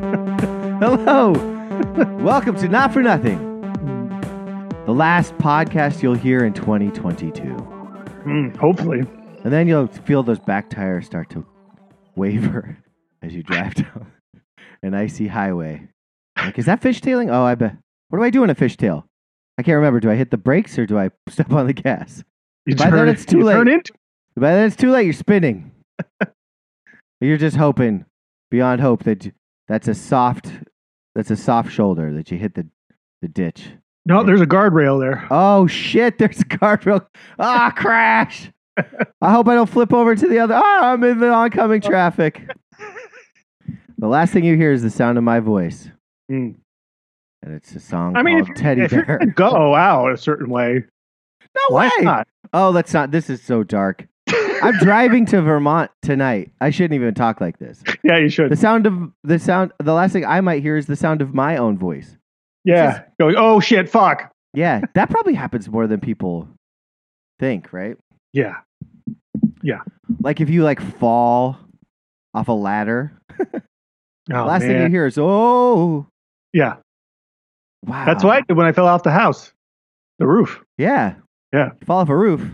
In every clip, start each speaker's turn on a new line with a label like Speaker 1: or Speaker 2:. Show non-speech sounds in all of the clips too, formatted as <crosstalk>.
Speaker 1: Hello. <laughs> Welcome to Not for Nothing, the last podcast you'll hear in 2022.
Speaker 2: Mm, hopefully.
Speaker 1: And then you'll feel those back tires start to waver <laughs> as you drive down <laughs> an icy highway. Like, is that fishtailing? Oh, I bet. What do I do in a fishtail? I can't remember. Do I hit the brakes or do I <laughs> step on the gas?
Speaker 2: You
Speaker 1: By then it's too
Speaker 2: you turn
Speaker 1: late.
Speaker 2: into
Speaker 1: By then it's too late. You're spinning. <laughs> you're just hoping, beyond hope, that j- that's a soft, that's a soft shoulder that you hit the, the ditch.
Speaker 2: no. There's a guardrail there.
Speaker 1: Oh shit! There's a guardrail. Ah,
Speaker 2: <laughs>
Speaker 1: crash! I hope I don't flip over to the other. Ah, I'm in the
Speaker 2: Oh.
Speaker 1: oncoming
Speaker 2: <laughs>
Speaker 1: traffic. The last thing you hear is the sound of my voice,
Speaker 2: Mm.
Speaker 1: and it's a song
Speaker 2: I mean, if,
Speaker 1: called Oh, Teddy
Speaker 2: if you're <laughs>
Speaker 1: Bear. <laughs>
Speaker 2: gonna go out a certain way,
Speaker 1: no
Speaker 2: why
Speaker 1: way!
Speaker 2: not?
Speaker 1: Oh, let's not. This is so dark. I'm driving to Vermont tonight. I shouldn't even talk like this.
Speaker 2: Yeah, you should.
Speaker 1: The sound of the sound. The last thing I might hear is the sound of my own voice.
Speaker 2: yeah, going. Oh shit! Fuck.
Speaker 1: Yeah, that probably happens more than people think, right?
Speaker 2: Yeah.
Speaker 1: Like if you like fall off a ladder
Speaker 2: Oh,
Speaker 1: Last thing you
Speaker 2: man.
Speaker 1: hear is oh
Speaker 2: Yeah,
Speaker 1: wow.
Speaker 2: that's what I did when I fell off the house, the roof.
Speaker 1: Yeah.
Speaker 2: Yeah.
Speaker 1: Fall off a roof. <laughs>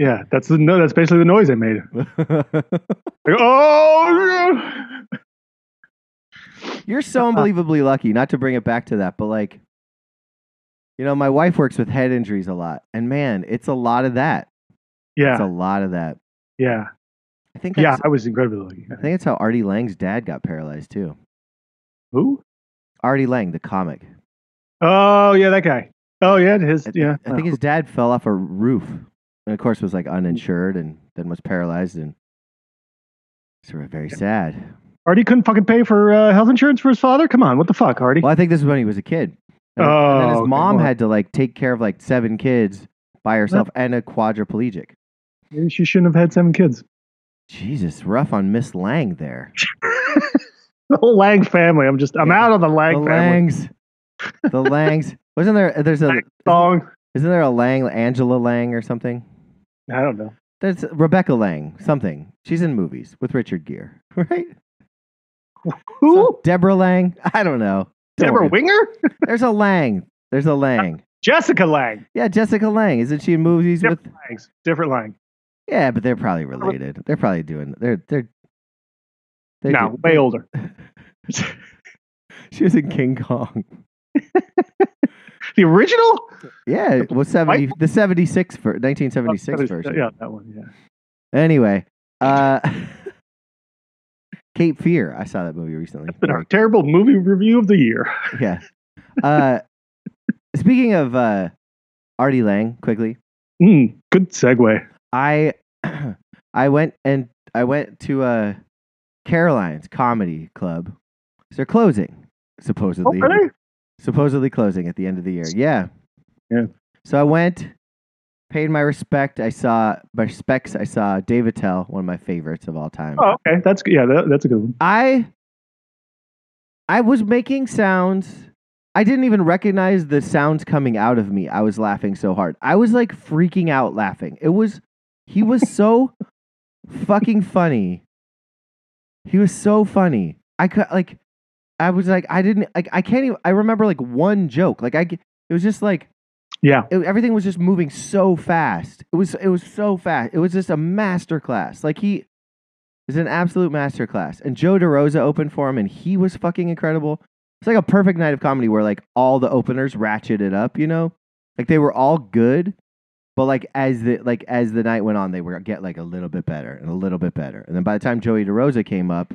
Speaker 2: Yeah, that's the no. That's basically the noise I made. Like, oh.
Speaker 1: You're so
Speaker 2: <laughs>
Speaker 1: unbelievably lucky. Not to bring it back to that, but like, you know, my wife works with head injuries a lot, and man, it's a lot of that. It's a
Speaker 2: Yeah,
Speaker 1: lot of that.
Speaker 2: yeah,
Speaker 1: I think.
Speaker 2: yeah.
Speaker 1: That's,
Speaker 2: I was incredibly lucky.
Speaker 1: I think it's how Artie Lang's dad got paralyzed too.
Speaker 2: Who?
Speaker 1: Artie Lang, the comic.
Speaker 2: Oh yeah, that guy. Oh yeah, his
Speaker 1: I,
Speaker 2: yeah.
Speaker 1: I think his dad fell off a roof, and of course was like uninsured, and then was paralyzed, and sort of very sad.
Speaker 2: Artie couldn't fucking pay for uh, health insurance for his father. Come on, what the fuck, Artie?
Speaker 1: Well, I think this is when he was a kid. And, and then
Speaker 2: Oh,
Speaker 1: his
Speaker 2: okay.
Speaker 1: mom
Speaker 2: Well-
Speaker 1: had to like take care of like seven kids by herself and a quadriplegic.
Speaker 2: Maybe she shouldn't have had seven kids.
Speaker 1: Jesus, rough on Miss Lang there.
Speaker 2: <laughs> the whole Lang family. I'm just I'm
Speaker 1: Yeah.
Speaker 2: out of the Lang
Speaker 1: the
Speaker 2: family.
Speaker 1: Langs. The Langs. Wasn't there uh, there's a
Speaker 2: Lang song.
Speaker 1: isn't there a Lang Angela Lang or something?
Speaker 2: I don't know.
Speaker 1: There's Rebecca Lang, something. She's in movies with Richard Gere, <laughs> right?
Speaker 2: Who?
Speaker 1: Deborah Lang? <laughs> I don't know. Don't worry.
Speaker 2: Deborah Winger?
Speaker 1: There's a Lang. There's a Lang.
Speaker 2: Jessica Lang.
Speaker 1: Yeah, Jessica Lang. Isn't she in movies
Speaker 2: Yep.
Speaker 1: with
Speaker 2: Langs. Different Lang.
Speaker 1: Yeah, but they're probably related. They're probably doing. They're they're. they're
Speaker 2: no,
Speaker 1: do-
Speaker 2: way older.
Speaker 1: <laughs> She was in King Kong. <laughs>
Speaker 2: The original?
Speaker 1: Yeah, it was seventy the seventy six for nineteen seventy six version.
Speaker 2: Yeah, Oh, that one. Yeah.
Speaker 1: Anyway, uh, <laughs> Cape Fear. I saw that movie recently.
Speaker 2: Been our terrible movie review of the year.
Speaker 1: Yeah. Uh, <laughs> speaking of uh, Artie Lang, quickly,
Speaker 2: Mm, good segue.
Speaker 1: I <clears throat> I went and I went to uh, Caroline's Comedy Club. So they're closing
Speaker 2: Oh,
Speaker 1: supposedly.
Speaker 2: really?
Speaker 1: supposedly closing at the end of the year. Yeah.
Speaker 2: Yeah.
Speaker 1: So I went, paid my respect. I saw my respects. I saw Dave Attell, one of my favorites of all time.
Speaker 2: Oh, okay. That's good. Yeah, that, that's a good one.
Speaker 1: I I was making sounds. I didn't even recognize the sounds coming out of me. I was laughing so hard. I was like freaking out laughing. It was he was so <laughs> fucking funny. He was so funny. I could like I was like I didn't like I can't even I remember like one joke. Like I g- it was just like
Speaker 2: Yeah.
Speaker 1: it, everything was just moving so fast. It was it was so fast. It was just a master class. Like he is an absolute master class. And Joe DeRosa opened for him, and he was fucking incredible. It's like a perfect night of comedy where like all the openers ratcheted up. You know, like they were all good, but like as the like as the night went on, they were get like a little bit better and a little bit better. And then by the time Joey DeRosa came up.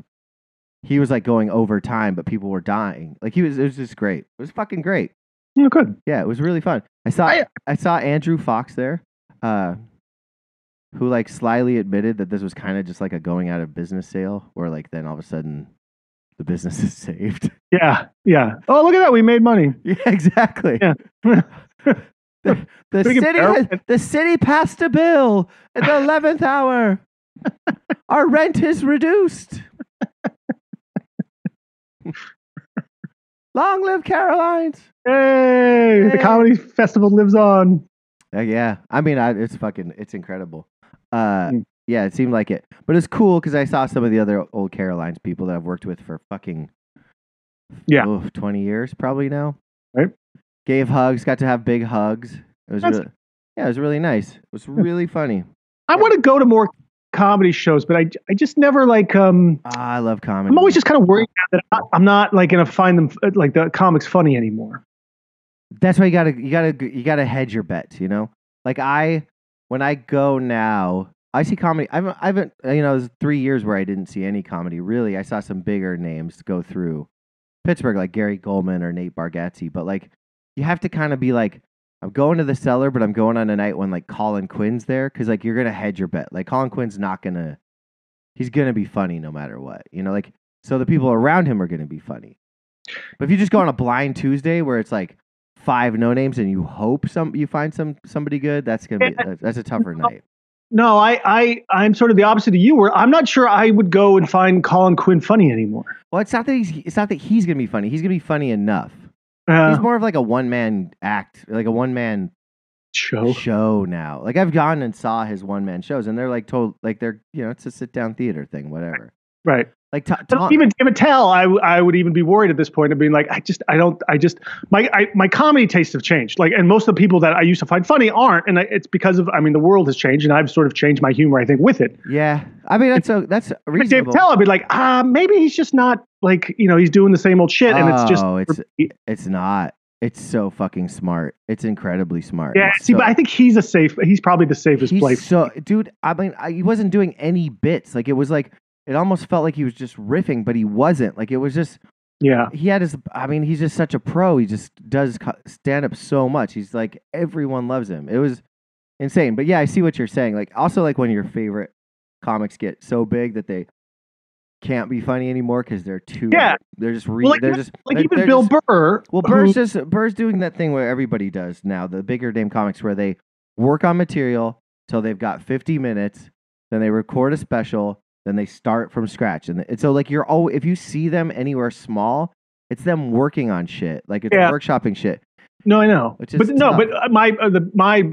Speaker 1: He was like going over time, but people were dying. Like he was, it was just great. It was fucking great.
Speaker 2: Oh, good.
Speaker 1: Yeah, it was really fun. I saw I,
Speaker 2: I-
Speaker 1: saw Andrew Fox there, uh, who like slyly admitted that this was kind of just like a going out of business sale, where like then all of a sudden the business <laughs> is saved.
Speaker 2: Yeah. Yeah. Oh, look at that. We made money.
Speaker 1: yeah, exactly.
Speaker 2: Yeah.
Speaker 1: <laughs> the, the
Speaker 2: Speaking
Speaker 1: city
Speaker 2: of
Speaker 1: has,
Speaker 2: heroin-
Speaker 1: the city passed a bill at the eleventh hour. Our rent is reduced. Long live Carolines.
Speaker 2: Hey, the
Speaker 1: Hey.
Speaker 2: comedy festival lives on.
Speaker 1: Uh, yeah, I mean, I, it's fucking, it's incredible. Uh,
Speaker 2: Mm.
Speaker 1: yeah, it seemed like it, but it's cool because I saw some of the other old Carolines people that I've worked with for fucking,
Speaker 2: Yeah.
Speaker 1: oof, twenty years probably now.
Speaker 2: Right.
Speaker 1: Gave hugs, got to have big hugs. It was
Speaker 2: That's-
Speaker 1: really, yeah, it was really nice. It was really funny.
Speaker 2: I want to go to more comedy shows, but I, I just never like um.
Speaker 1: Ah, I love comedy.
Speaker 2: I'm always just kind of worried now that I'm not, I'm not like gonna find them uh, like the comics funny anymore.
Speaker 1: That's why you gotta you gotta you gotta hedge your bets. You know, like I when I go now, I see comedy. I haven't, I haven't you know, there's three years where I didn't see any comedy. Really, I saw some bigger names go through Pittsburgh, like Gary Goldman or Nate Bargatze. But like, you have to kind of be like, I'm going to the cellar, but I'm going on a night when like Colin Quinn's there because like you're gonna hedge your bet. Like Colin Quinn's not gonna, he's gonna be funny no matter what. You know, like so the people around him are gonna be funny. But if you just go on a blind Tuesday where it's like five no names and you hope some you find some somebody good, that's gonna be that's- that's a
Speaker 2: <laughs>
Speaker 1: tougher night.
Speaker 2: No, I I I'm sort of the opposite of you. Where I'm not sure I would go and find Colin Quinn funny anymore.
Speaker 1: Well, it's not that he's it's not that he's gonna be funny. He's gonna be funny enough.
Speaker 2: Uh,
Speaker 1: he's
Speaker 2: <laughs>
Speaker 1: more of like a one man act, like a one man
Speaker 2: show.
Speaker 1: show now. Like I've gone and saw his one man shows, and they're like told like they're you know it's a sit down theater thing, whatever.
Speaker 2: Right.
Speaker 1: Like to
Speaker 2: But
Speaker 1: Tom,
Speaker 2: even Tim Attell, I, w- I would even be worried at this point of being like, I just, I don't, I just, my, I, my comedy tastes have changed. Like, and most of the people that I used to find funny aren't. And I, it's because of, I mean, the world has changed and I've sort of changed my humor, I think, with it.
Speaker 1: yeah. I mean that's so that's
Speaker 2: But Dave
Speaker 1: reasonable.
Speaker 2: Attell, I'd be like, ah, maybe he's just not like, you know, he's doing the same old shit. And it's just,
Speaker 1: Oh, it's it's not. It's so fucking smart. It's incredibly smart.
Speaker 2: yeah,
Speaker 1: It's
Speaker 2: see,
Speaker 1: so-
Speaker 2: but I think he's a safe, he's probably the safest
Speaker 1: He's
Speaker 2: play.
Speaker 1: So, dude, I mean, I, he wasn't doing any bits. Like it was like it almost felt like he was just riffing, but he wasn't. Like it was just
Speaker 2: Yeah.
Speaker 1: he had his. I mean, he's just such a pro. He just does stand up so much. He's like everyone loves him. It was insane. But yeah, I see what you're saying. Like also like when your favorite comics get so big that they can't be funny anymore because they're too.
Speaker 2: Yeah.
Speaker 1: they're just re-
Speaker 2: Well, like,
Speaker 1: they're
Speaker 2: even-
Speaker 1: just
Speaker 2: Like
Speaker 1: they're-
Speaker 2: even
Speaker 1: they're
Speaker 2: Bill
Speaker 1: just-
Speaker 2: Burr.
Speaker 1: well,
Speaker 2: who-
Speaker 1: Burr's just Burr's doing that thing where everybody does now. The bigger name comics where they work on material till they've got 50 minutes, then they record a special, then they start from scratch. And, and so like you're all if you see them anywhere small, it's them working on shit. Like it's
Speaker 2: Yeah.
Speaker 1: workshopping shit.
Speaker 2: No, I know,
Speaker 1: Which is
Speaker 2: but no,
Speaker 1: tough.
Speaker 2: but uh, my uh, the my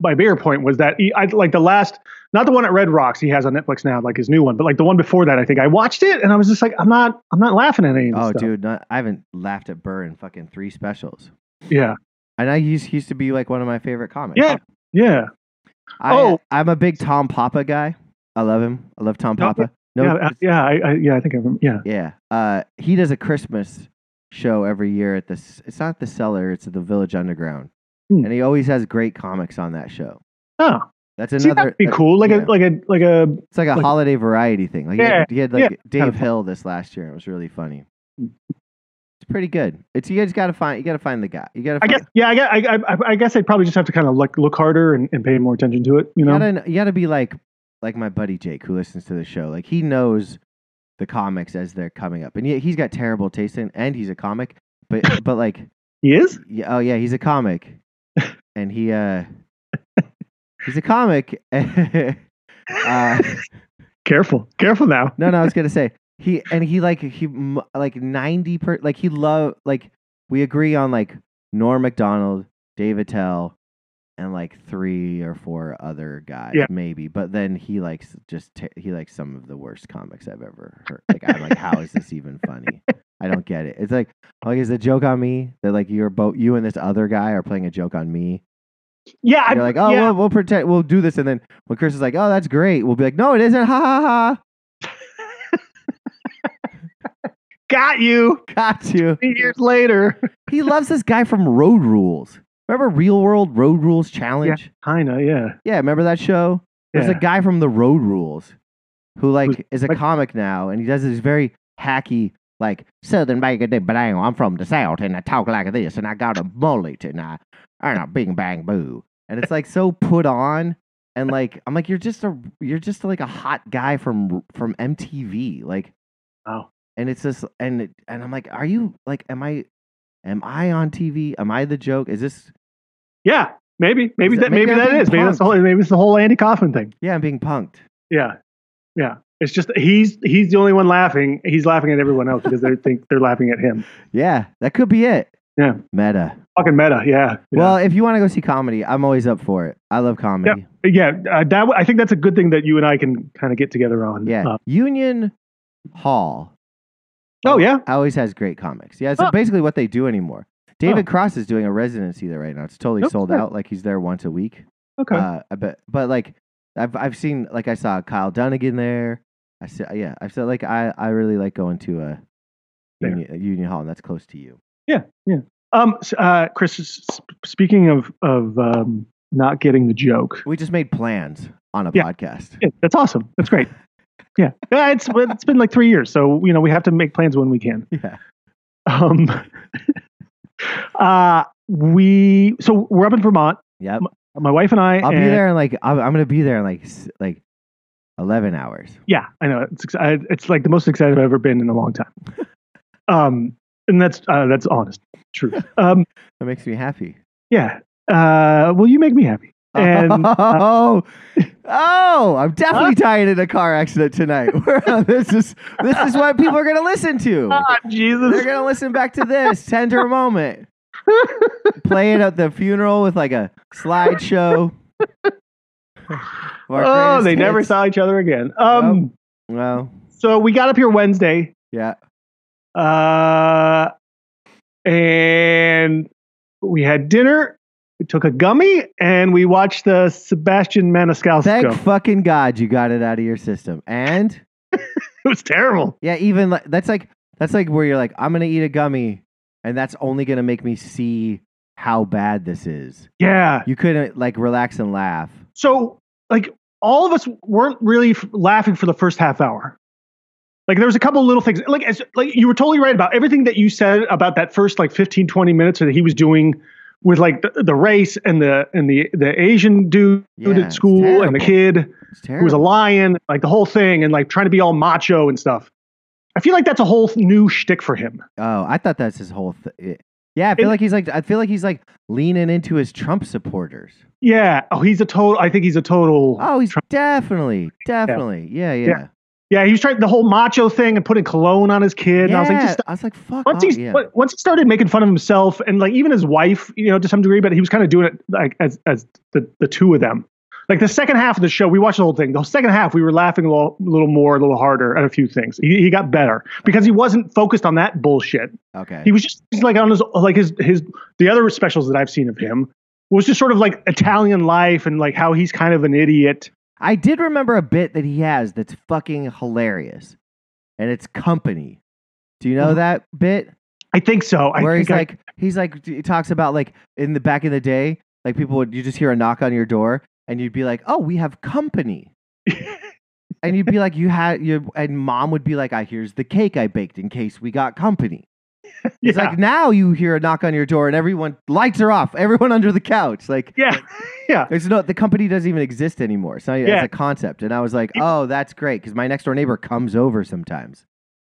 Speaker 2: my bigger point was that he, I like the last, not the one at Red Rocks he has on Netflix now, like his new one, but like the one before that, I think I watched it and I was just like, I'm not, I'm not laughing at any of this
Speaker 1: Oh
Speaker 2: stuff.
Speaker 1: dude, not, I haven't laughed at Burr in fucking 3 specials.
Speaker 2: Yeah,
Speaker 1: And I used he used to be like one of my favorite comics.
Speaker 2: Yeah. yeah,
Speaker 1: I,
Speaker 2: Oh.
Speaker 1: I'm a big Tom Papa guy. I love him. I love Tom
Speaker 2: No,
Speaker 1: Papa. No,
Speaker 2: yeah, uh, yeah, I, I, yeah. I think I remember. Yeah,
Speaker 1: Yeah. Uh, he does a Christmas show every year at this. It's not the cellar. It's at the Village Underground,
Speaker 2: Hmm.
Speaker 1: and he always has great comics on that show.
Speaker 2: oh,
Speaker 1: That's
Speaker 2: see,
Speaker 1: another. uh,
Speaker 2: that'd be cool, like
Speaker 1: yeah.
Speaker 2: a like a like a
Speaker 1: It's like a
Speaker 2: like-
Speaker 1: holiday variety thing. Like he had-
Speaker 2: Yeah,
Speaker 1: he had, like
Speaker 2: kind
Speaker 1: Dave
Speaker 2: of fun.
Speaker 1: Hill this last year. It was really funny.
Speaker 2: Hmm.
Speaker 1: It's pretty good. It's you guys got to find. You got to find the guy. You got to.
Speaker 2: I guess yeah, I guess I, I, I guess I'd probably just have to kind of look look harder and, and pay more attention to it, you know.
Speaker 1: You gotta, you gotta be like like my buddy Jake who listens to the show. Like he knows the comics as they're coming up, and yet he's got terrible taste in, and he's a comic. But but like
Speaker 2: he is.
Speaker 1: Yeah, oh yeah, he's a comic, and he uh, he's a comic. <laughs> uh,
Speaker 2: Careful, careful now.
Speaker 1: no, no, I was gonna say he and he like he m- like ninety per like he love like we agree on like Norm Macdonald, Dave Attell, and like three or four other guys
Speaker 2: Yeah.
Speaker 1: maybe. But then he likes just ta he likes some of the worst comics I've ever heard. Like I'm like, how is this even funny? I don't get it. It's like like is a joke on me that like you're both you and this other guy are playing a joke on me.
Speaker 2: Yeah, I,
Speaker 1: You're like, oh,
Speaker 2: yeah.
Speaker 1: we'll, we'll pretend we'll do this, and then when Chris is like, oh, that's great, we'll be like, no, it isn't. Ha ha ha.
Speaker 2: got you.
Speaker 1: Got you.
Speaker 2: Years later,
Speaker 1: He loves this guy from Road Rules. Remember Real World Road Rules Challenge?
Speaker 2: kinda, yeah.
Speaker 1: Yeah, remember that show? There's
Speaker 2: yeah.
Speaker 1: a guy from the Road Rules who like
Speaker 2: Who's-
Speaker 1: is a
Speaker 2: like-
Speaker 1: comic now and he does this very hacky like Southern Baker Day but I I'm from the South and I talk like this and I got a mullet and I I know bing bang boo. And it's like so put on and like I'm like you're just a you're just like a hot guy from from MTV. Like
Speaker 2: Wow.
Speaker 1: and it's just and it- and I'm like, are you like, am I, am I on TV? Am I the joke? Is this?
Speaker 2: Yeah, maybe, maybe
Speaker 1: Is it-
Speaker 2: that,
Speaker 1: maybe
Speaker 2: maybe
Speaker 1: I'm
Speaker 2: that
Speaker 1: being
Speaker 2: is. Maybe that's the
Speaker 1: punked.
Speaker 2: whole. Maybe it's the whole Andy Kaufman thing.
Speaker 1: Yeah, I'm being punked.
Speaker 2: Yeah, yeah. It's just he's he's the only one laughing. He's laughing at everyone else because they think they're laughing at him.
Speaker 1: Yeah, that could be it.
Speaker 2: Yeah.
Speaker 1: Meta.
Speaker 2: Fucking meta. Yeah. yeah.
Speaker 1: Well, if you want to go see comedy, I'm always up for it. I love comedy.
Speaker 2: yeah. Uh, that I think that's a good thing that you and I can kind of get together on.
Speaker 1: Yeah.
Speaker 2: Uh,
Speaker 1: Union Hall
Speaker 2: oh yeah.
Speaker 1: always has great comics. Yeah, it's
Speaker 2: Huh.
Speaker 1: basically what they do anymore. David Cross is doing a residency there right now. It's totally
Speaker 2: Oh,
Speaker 1: sold
Speaker 2: good.
Speaker 1: out. Like he's there once a week.
Speaker 2: Okay.
Speaker 1: Uh, I bet, but like I've I've seen like I saw Kyle Dunnigan there. I said yeah. I said like I I really like going to a
Speaker 2: There.
Speaker 1: union, a union hall and that's close to you.
Speaker 2: um. s- Uh. Chris, s- s- speaking of of um, not getting the joke.
Speaker 1: We just made plans on a
Speaker 2: Yeah.
Speaker 1: podcast. <laughs>
Speaker 2: Yeah, that's awesome. That's great. Yeah. Yeah. It's it's been like three years, so you know we have to make plans when we can. <laughs>
Speaker 1: Yeah.
Speaker 2: Um. <laughs> uh. We so we're up in Vermont.
Speaker 1: Yep.
Speaker 2: My wife and I.
Speaker 1: I'll be
Speaker 2: and-
Speaker 1: there in like I'm, I'm gonna be there in like s- like eleven hours.
Speaker 2: Yeah, I know. It's ex- I, it's like the most excited I've ever been in a
Speaker 1: <laughs>
Speaker 2: long time. um, and that's uh, that's honest, true. Um,
Speaker 1: That makes me happy.
Speaker 2: yeah. Uh, well, you make me happy. And uh,
Speaker 1: <laughs> oh, oh, I'm definitely dying in a car accident tonight. <laughs> We're- this is this is what people are gonna listen
Speaker 2: <laughs>
Speaker 1: to.
Speaker 2: Ah,
Speaker 1: They're
Speaker 2: Jesus,
Speaker 1: gonna listen back to this tender moment. Play it at the funeral with like a
Speaker 2: <laughs>
Speaker 1: slideshow. of our
Speaker 2: oh,
Speaker 1: greatest
Speaker 2: they never
Speaker 1: hits.
Speaker 2: saw each other again. Um,
Speaker 1: Well,
Speaker 2: so we got up here Wednesday,
Speaker 1: yeah,
Speaker 2: uh, and we had dinner. We took a gummy and we watched the Sebastian Maniscalco.
Speaker 1: thank fucking God you got it out of your system. And
Speaker 2: <laughs> it was terrible.
Speaker 1: Yeah, even like that's like that's like where you're like, I'm gonna eat a gummy, and that's only gonna make me see how bad this is.
Speaker 2: Yeah.
Speaker 1: You couldn't like relax and laugh.
Speaker 2: so like all of us weren't really f- laughing for the first half hour like there was a couple little things like as like you were totally right about everything that you said about that first like 15 20 minutes that he was doing with like the, the race and the and the the asian dude
Speaker 1: Yeah,
Speaker 2: at
Speaker 1: it's
Speaker 2: school and the
Speaker 1: terrible.
Speaker 2: kid
Speaker 1: It's
Speaker 2: who
Speaker 1: terrible.
Speaker 2: was a lion like the whole thing and like trying to be all macho and stuff i feel like that's a whole new shtick for him
Speaker 1: oh, I thought that's his whole. Th- yeah, I feel
Speaker 2: And-
Speaker 1: like he's like I feel like he's like leaning into his Trump supporters.
Speaker 2: yeah oh he's a total i think he's a total
Speaker 1: Oh, he's definitely, definitely, yeah, yeah. yeah.
Speaker 2: yeah he was trying the whole macho thing and putting cologne on his kid and i was like just
Speaker 1: I was like, fuck.
Speaker 2: once
Speaker 1: off,
Speaker 2: he
Speaker 1: Oh, yeah.
Speaker 2: on- once he started making fun of himself and like even his wife, you know, to some degree, but he was kind of doing it like as as the the two of them. Like the second half of the show, we watched the whole thing. The second half, we were laughing a little, little more, a little harder at a few things. He, he got better because he wasn't focused on that bullshit.
Speaker 1: okay.
Speaker 2: He was just he's like on his like his his the other specials that I've seen of him was just sort of like Italian life and like how he's kind of an idiot.
Speaker 1: I did remember a bit that he has that's fucking hilarious, and it's company. Do you know
Speaker 2: Mhm.
Speaker 1: that bit?
Speaker 2: I think so. I
Speaker 1: where
Speaker 2: think
Speaker 1: he's
Speaker 2: I-
Speaker 1: like he's like he talks about like in the back in the day like people would you just hear a knock on your door and you'd be like oh we have company and you'd be like you had your and mom would be like i here's the cake i baked in case we got company it's
Speaker 2: yeah,
Speaker 1: like now you hear a knock on your door and everyone lights are off everyone <laughs> under the couch like
Speaker 2: yeah, <laughs> yeah.
Speaker 1: there's no the company doesn't even exist anymore it's not even as
Speaker 2: Yeah.
Speaker 1: a concept and i was like oh that's great because my next door neighbor comes over sometimes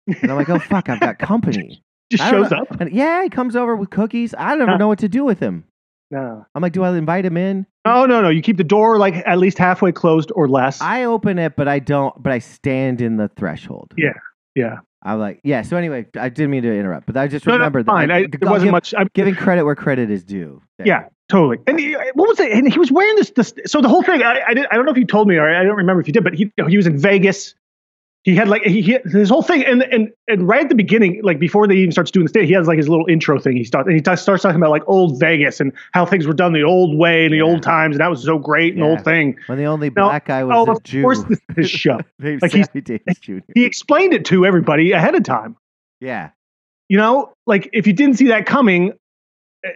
Speaker 1: and i'm like oh fuck i've got company
Speaker 2: Just
Speaker 1: I don't
Speaker 2: shows
Speaker 1: know.
Speaker 2: up.
Speaker 1: and yeah he comes over with cookies i never
Speaker 2: Huh.
Speaker 1: know what to do with him
Speaker 2: No.
Speaker 1: I'm like, do I invite him in?
Speaker 2: Oh no, no. You keep the door like at least halfway closed or less.
Speaker 1: I open it, but I don't. But I stand in the threshold.
Speaker 2: Yeah. yeah.
Speaker 1: I'm like, yeah. So anyway, I didn't mean to interrupt, but I just
Speaker 2: No, no,
Speaker 1: remembered that.
Speaker 2: fine.
Speaker 1: I-
Speaker 2: I,
Speaker 1: I'll
Speaker 2: it wasn't
Speaker 1: give-
Speaker 2: much. I,
Speaker 1: Giving credit where credit is due. there.
Speaker 2: Yeah. totally. And he, what was it? And he was wearing this. this so the whole thing. I, I, did, I don't know if you told me or I don't remember if you did, but he he was in Vegas. He had like he, he his whole thing, and and and right at the beginning, like before they even starts doing the stage, he has like his little intro thing. He starts and he t- starts talking about like old Vegas and how things were done the old way and the
Speaker 1: Yeah.
Speaker 2: old times, and that was so great and
Speaker 1: Yeah.
Speaker 2: old thing.
Speaker 1: When the only
Speaker 2: No,
Speaker 1: black guy was
Speaker 2: Oh,
Speaker 1: a
Speaker 2: of
Speaker 1: Jew. <laughs>
Speaker 2: course, this, this show.
Speaker 1: named
Speaker 2: like, he's-
Speaker 1: Sammy
Speaker 2: <laughs>
Speaker 1: Davis Jr.
Speaker 2: He explained it to everybody ahead of time.
Speaker 1: Yeah.
Speaker 2: you know, like if you didn't see that coming,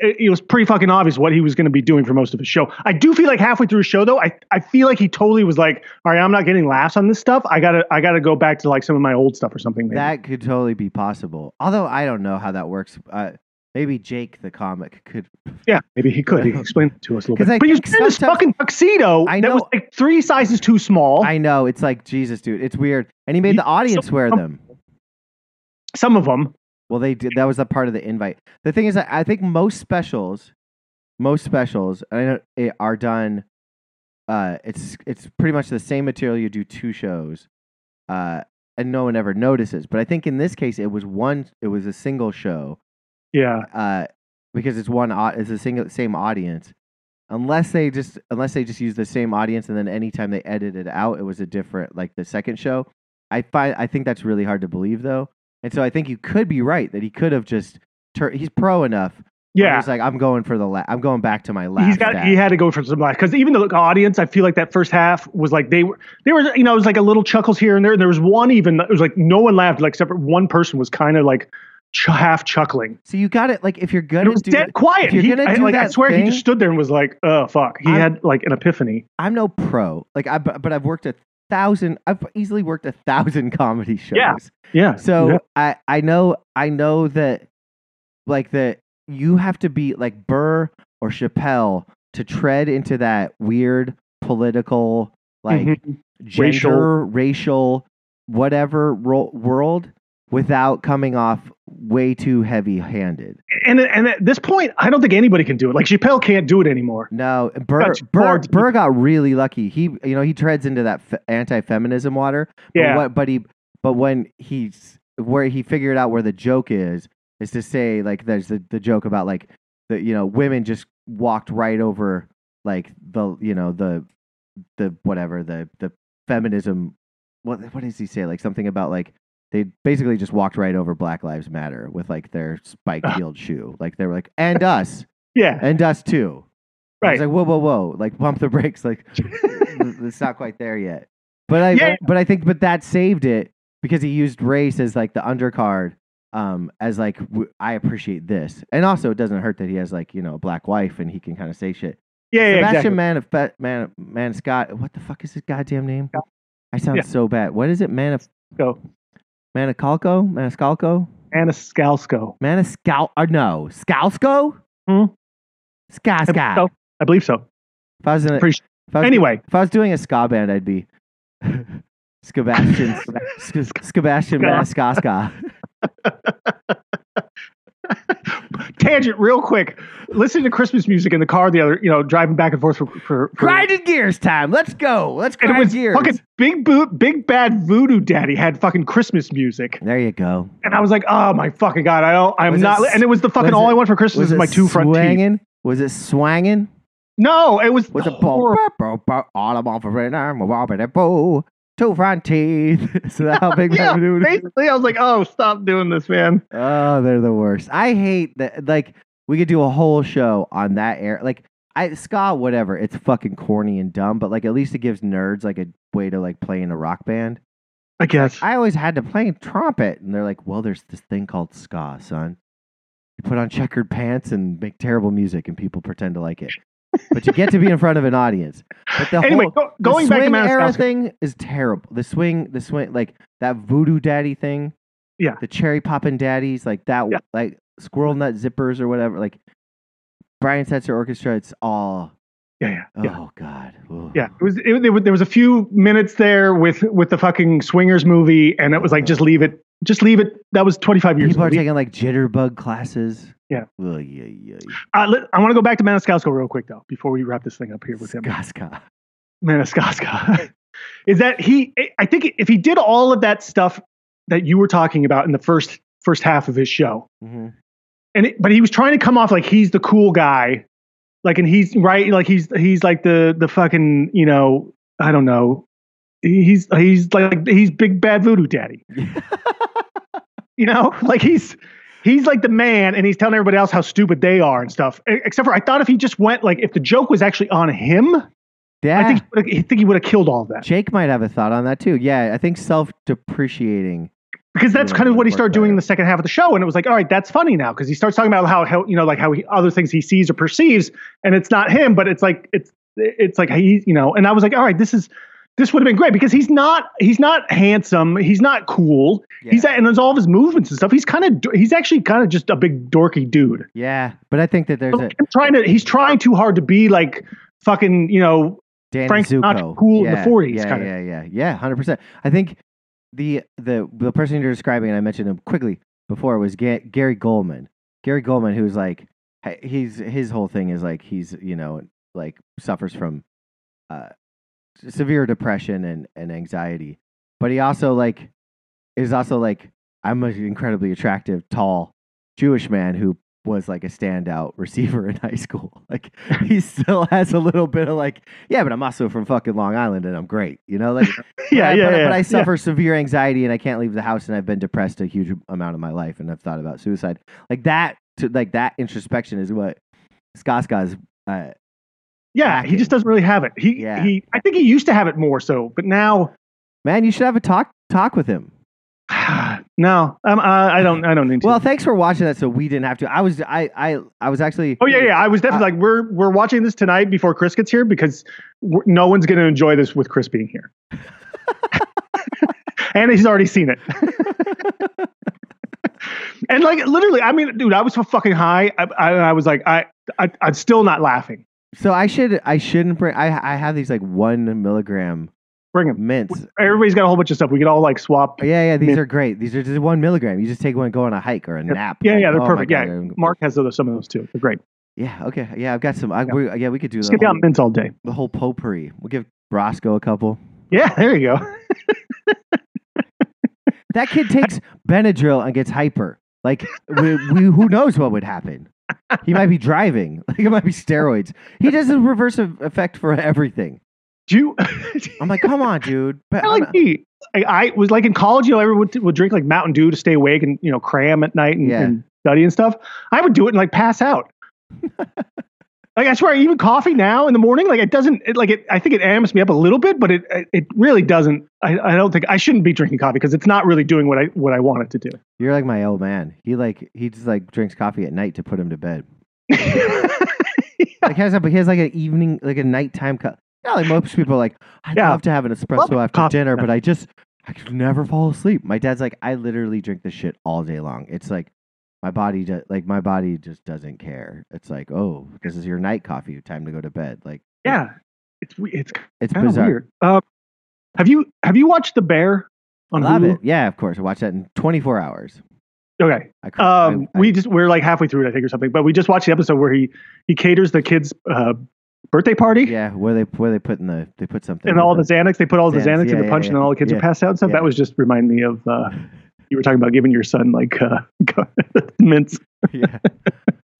Speaker 2: it, it was pretty fucking obvious what he was going to be doing for most of his show. I do feel like halfway through his show though, I, I feel like he totally was like, all right, I'm not getting laughs on this stuff. I gotta I gotta go back to like some of my old stuff or something. Maybe.
Speaker 1: That could totally be possible. Although I don't know how that works. Uh, maybe Jake the comic could.
Speaker 2: yeah, maybe he could. He could explain it to us a little
Speaker 1: <laughs> 'Cause I
Speaker 2: bit. But he was
Speaker 1: think
Speaker 2: in this
Speaker 1: sometimes-
Speaker 2: fucking tuxedo
Speaker 1: I
Speaker 2: that was
Speaker 1: know-
Speaker 2: like three sizes too small.
Speaker 1: I know. It's like Jesus, dude. It's weird. And he made
Speaker 2: You-
Speaker 1: the audience wear
Speaker 2: some-
Speaker 1: them.
Speaker 2: some of them.
Speaker 1: Well, they did. That was a part of the invite. The thing is, that I think most specials, most specials, I know it, are done. Uh, it's it's pretty much the same material. You do two shows, uh, and no one ever notices. But I think in this case, it was one. It was a single show
Speaker 2: Yeah.
Speaker 1: uh, because it's one. au- It's the single, same audience. Unless they just unless they just use the same audience, and then anytime they edited out, it was a different like the second show. I find I think that's really hard to believe though, and so I think you could be right that he could have just. Tur- he's pro enough. where
Speaker 2: Yeah.
Speaker 1: he's like I'm going for the la- I'm going back to my last.
Speaker 2: He's got. He had to go for some laugh because even the audience, I feel like that first half was like they were. They were. You know, it was like a little chuckles here and there. And there was one even. It was like no one laughed, like except for one person was kind of like ch- half chuckling.
Speaker 1: so you got it. Like if you're
Speaker 2: And
Speaker 1: gonna
Speaker 2: it was
Speaker 1: do
Speaker 2: dead
Speaker 1: that-
Speaker 2: quiet.
Speaker 1: if you're
Speaker 2: He,
Speaker 1: gonna
Speaker 2: I,
Speaker 1: do
Speaker 2: like, I
Speaker 1: that
Speaker 2: swear,
Speaker 1: thing-
Speaker 2: he just stood there and was like, "Oh fuck." He
Speaker 1: I'm-
Speaker 2: had like an epiphany.
Speaker 1: I'm no pro. Like I, but but I've worked a thousand. I've easily worked a thousand <laughs> comedy shows.
Speaker 2: Yeah. Yeah.
Speaker 1: So
Speaker 2: Yeah.
Speaker 1: I I know I know that like that you have to be like Burr or Chappelle to tread into that weird political like
Speaker 2: Mhm.
Speaker 1: gender
Speaker 2: Racial.
Speaker 1: racial whatever ro- world without coming off way too heavy handed.
Speaker 2: and and at this point, I don't think anybody can do it. Like Chappelle can't do it anymore.
Speaker 1: No, Burr,
Speaker 2: too far
Speaker 1: Burr,
Speaker 2: to-
Speaker 1: Burr got really lucky. He, you know, he treads into that f- anti-feminism water. But
Speaker 2: Yeah.
Speaker 1: what, but he, but when he's where he figured out where the joke is, is to say like there's the, the joke about like the you know women just walked right over like the you know the the whatever the the feminism. What what does he say? Like something about like they basically just walked right over Black Lives Matter with like their spiked
Speaker 2: Ah.
Speaker 1: heeled shoe. Like they were like and us <laughs>
Speaker 2: Yeah.
Speaker 1: and us too.
Speaker 2: Right.
Speaker 1: It's like whoa, whoa, whoa! Like pump the brakes. Like it's not quite there yet. But I,
Speaker 2: Yeah.
Speaker 1: but I think, but that saved it because he used race as like the undercard, um, as like w- I appreciate this, and also it doesn't hurt that he has like you know a black wife and he can kind of say shit.
Speaker 2: Yeah. yeah
Speaker 1: Sebastian
Speaker 2: exactly.
Speaker 1: Man of Man Man Scott. What the fuck is his goddamn name?
Speaker 2: Yeah.
Speaker 1: I sound
Speaker 2: Yeah.
Speaker 1: so bad. What is it? Manif
Speaker 2: Go.
Speaker 1: Manicalco? Maniscalco?
Speaker 2: Anascalco.
Speaker 1: Maniscal? Or no, Scalsco?
Speaker 2: Hmm?
Speaker 1: Ska
Speaker 2: I
Speaker 1: Ska.
Speaker 2: believe so. I believe so.
Speaker 1: If I was in a,
Speaker 2: Pretty sure.
Speaker 1: if I was-
Speaker 2: Anyway.
Speaker 1: if I was doing a ska band, I'd be Sebastian Sebastian Maniscasca.
Speaker 2: Tangent, real quick. Listen to Christmas music in the car. The other, you know, driving back and forth for, for, for
Speaker 1: Grinded gears time. Let's go. Let's
Speaker 2: and it
Speaker 1: grind
Speaker 2: was
Speaker 1: gears.
Speaker 2: fucking big boot, big bad voodoo daddy had fucking Christmas music,
Speaker 1: There you go.
Speaker 2: and I was like, oh my fucking god, I don't, I'm
Speaker 1: Was it
Speaker 2: not.
Speaker 1: s-
Speaker 2: and it was the fucking
Speaker 1: was
Speaker 2: all
Speaker 1: it-
Speaker 2: I want for Christmas
Speaker 1: Was
Speaker 2: is
Speaker 1: it
Speaker 2: my two front teeth.
Speaker 1: swangin'? Was it swangin'?
Speaker 2: No, it was,
Speaker 1: Was
Speaker 2: the
Speaker 1: it bo- <laughs>
Speaker 2: horror-
Speaker 1: bo- bo- bo- all I'm off of right now? I'm a wobbly bo- Two front teeth. so that how big
Speaker 2: Yeah,
Speaker 1: that dude is?
Speaker 2: Basically, I was like, oh, stop doing this, man.
Speaker 1: Oh, they're the worst. I hate that. Like, we could do a whole show on that air. Like, I ska, whatever. It's fucking corny and dumb, but like, at least it gives nerds like a way to like play in a rock band.
Speaker 2: I guess.
Speaker 1: I always had to play trumpet, and they're like, "Well, there's this thing called ska, son. You put on checkered pants and make terrible music, and people pretend to like it, but you get to be in front of an audience." But the
Speaker 2: <laughs> anyway,
Speaker 1: whole
Speaker 2: go,
Speaker 1: the
Speaker 2: going back to
Speaker 1: swing era
Speaker 2: Maniscalco.
Speaker 1: thing is terrible. The swing, the swing, like that voodoo daddy thing.
Speaker 2: Yeah.
Speaker 1: The cherry poppin' daddies, like that,
Speaker 2: Yeah.
Speaker 1: like squirrel nut zippers or whatever. Like Brian Setzer Orchestra, it's all.
Speaker 2: Yeah, yeah,
Speaker 1: Oh
Speaker 2: yeah.
Speaker 1: God. Ugh.
Speaker 2: Yeah, it was. It, there, was there was a few minutes there with with the fucking swingers movie, and it was like just leave it, just leave it. That was twenty five years.
Speaker 1: People
Speaker 2: ago.
Speaker 1: are taking like jitterbug classes.
Speaker 2: Yeah.
Speaker 1: Ugh, yeah, yeah, yeah.
Speaker 2: Uh, let, I want to go back to Maniscalco real quick though, before we wrap this thing up here with him.
Speaker 1: Skaska.
Speaker 2: Maniscalco <laughs> is that he? I think if he did all of that stuff that you were talking about in the first first half of his show,
Speaker 1: Mhm.
Speaker 2: and it, but he was trying to come off like he's the cool guy, like and he's right, like he's he's like the the fucking you know I don't know, he's he's like he's big bad voodoo daddy, you know, like he's he's like the man, and he's telling everybody else how stupid they are and stuff. E- Except for I thought if he just went like if the joke was actually on him, I
Speaker 1: Yeah.
Speaker 2: think he would've- I think he would have killed all of that.
Speaker 1: Jake might have a thought on that too. Yeah, I think self-depreciating.
Speaker 2: because that's
Speaker 1: Yeah, uh,
Speaker 2: kind of
Speaker 1: that
Speaker 2: what he
Speaker 1: worked
Speaker 2: started doing in
Speaker 1: better.
Speaker 2: the second half of the show and it was like all right that's funny now because he starts talking about how, how you know like how he, other things he sees or perceives and it's not him but it's like it's it's like he you know and i was like all right this is this would have been great because he's not he's not handsome he's not cool
Speaker 1: Yeah.
Speaker 2: he's and there's all of his movements and stuff he's kind of he's actually kind of just a big dorky dude
Speaker 1: yeah, but I think that there's a
Speaker 2: Like, I'm trying to he's trying too hard to be like fucking you know <laughs>
Speaker 1: Danny
Speaker 2: Frank Sinatra
Speaker 1: Zuko.
Speaker 2: cool in the 40s
Speaker 1: Yeah,
Speaker 2: kinda.
Speaker 1: yeah, yeah, yeah, hundred percent. I think the the the person you're describing, and I mentioned him quickly before, was Ga- Gary Goldman. Gary Goldman, who's like, h- he's his whole thing is like he's you know like suffers from uh, severe depression and and anxiety, but he also like is also like I'm an incredibly attractive, tall Jewish man who was like a standout <laughs> receiver in high school. Like he still has a little bit of like, yeah, but I'm also from fucking Long Island and I'm great, you know. Like,
Speaker 2: <laughs> yeah,
Speaker 1: but, I-
Speaker 2: yeah,
Speaker 1: but, I-
Speaker 2: yeah,
Speaker 1: but I
Speaker 2: yeah.
Speaker 1: suffer severe anxiety and I can't leave the house and I've been depressed a huge amount of my life and I've thought about suicide. Like that, to, like that introspection is what Skaska's. Uh,
Speaker 2: Yeah, he just doesn't really have it. He
Speaker 1: Yeah.
Speaker 2: he I think he used to have it more so, but now
Speaker 1: man, you should have a talk talk with him.
Speaker 2: <sighs> no. Um, uh, I don't I don't need to.
Speaker 1: Well, thanks for watching that. So we didn't have to. I was I I I was actually.
Speaker 2: Oh yeah, yeah. I was definitely like, we're we're watching this tonight before Chris gets here because we're- no one's going to enjoy this with Chris
Speaker 1: <laughs>
Speaker 2: being here. and he's already
Speaker 1: <laughs>
Speaker 2: seen it. and like literally, I mean, dude, I was so fucking high. I, I, I was like, I, I I'm still not laughing.
Speaker 1: So I should I shouldn't bring. I I have these like one milligram
Speaker 2: Bring him.
Speaker 1: mints.
Speaker 2: Everybody's got a whole bunch of stuff. We could all like swap.
Speaker 1: Yeah, yeah, these
Speaker 2: Mint.
Speaker 1: are great. These are just one milligram. You just take one, go on a hike or a nap. Oh
Speaker 2: Yeah, yeah, they're
Speaker 1: my
Speaker 2: perfect. Yeah.
Speaker 1: they're-
Speaker 2: Mark has those, some of those too. They're great.
Speaker 1: Yeah, okay. Yeah, I've got some. I, we, yeah, we could do the
Speaker 2: Skip down
Speaker 1: whole,
Speaker 2: mints all day.
Speaker 1: the whole potpourri. We'll give Roscoe a
Speaker 2: <laughs>
Speaker 1: couple.
Speaker 2: Yeah, there you go.
Speaker 1: That kid takes Benadryl and gets hyper. Like, we, we, who knows what would happen? He might be driving. <laughs> Like, it might be steroids. He does a reverse of- effect for everything.
Speaker 2: Do you? <laughs>
Speaker 1: I'm like, come on, dude. But
Speaker 2: I like me. I, I was like in college, you know, everyone would, would drink like Mountain Dew to stay awake and you know cram at night and,
Speaker 1: Yeah.
Speaker 2: and study and stuff. I would do it and like pass out.
Speaker 1: <laughs>
Speaker 2: like I swear, even coffee now in the morning, like it doesn't. It, like it, I think it amps me up a little bit, but it it- it really doesn't. I, I don't think I shouldn't be drinking coffee because it's not really doing what I what I
Speaker 1: <laughs>
Speaker 2: want it to do.
Speaker 1: you're like my old man. He like he just like drinks coffee at night to put him to bed. Like has a, he has like an evening, like a nighttime cup. Yeah, like most people are like, I'd
Speaker 2: Yeah.
Speaker 1: love to have an espresso after
Speaker 2: coffee,
Speaker 1: dinner,
Speaker 2: yeah.
Speaker 1: but I just I could never fall asleep. My dad's like, I literally drink this shit all day long. It's like my body does, like my body just doesn't care. It's like, oh, this is your night coffee, time to go to bed. Like,
Speaker 2: yeah, it's we- it's
Speaker 1: it's
Speaker 2: kind of
Speaker 1: bizarre.
Speaker 2: weird. Um, have you have you watched The Bear on
Speaker 1: Love
Speaker 2: Hulu?
Speaker 1: it. Yeah, of course. I watched that in 24 hours.
Speaker 2: Okay,
Speaker 1: I, cr- I-
Speaker 2: Um,
Speaker 1: I-
Speaker 2: we just we're like halfway through it, I think, or something. But we just watched the episode where he he caters the kids' uh, birthday party
Speaker 1: yeah, where they where they put in the they put something
Speaker 2: and
Speaker 1: in
Speaker 2: all the
Speaker 1: the-
Speaker 2: Xanax. They put all the
Speaker 1: Xanax,
Speaker 2: Xanax
Speaker 1: yeah,
Speaker 2: in the
Speaker 1: yeah,
Speaker 2: punch, and
Speaker 1: yeah,
Speaker 2: all the kids
Speaker 1: yeah.
Speaker 2: are passed out and stuff.
Speaker 1: Yeah.
Speaker 2: That was just remind me
Speaker 1: <laughs>
Speaker 2: of uh, you were talking about giving your son like uh, <laughs> mints.
Speaker 1: <laughs> yeah.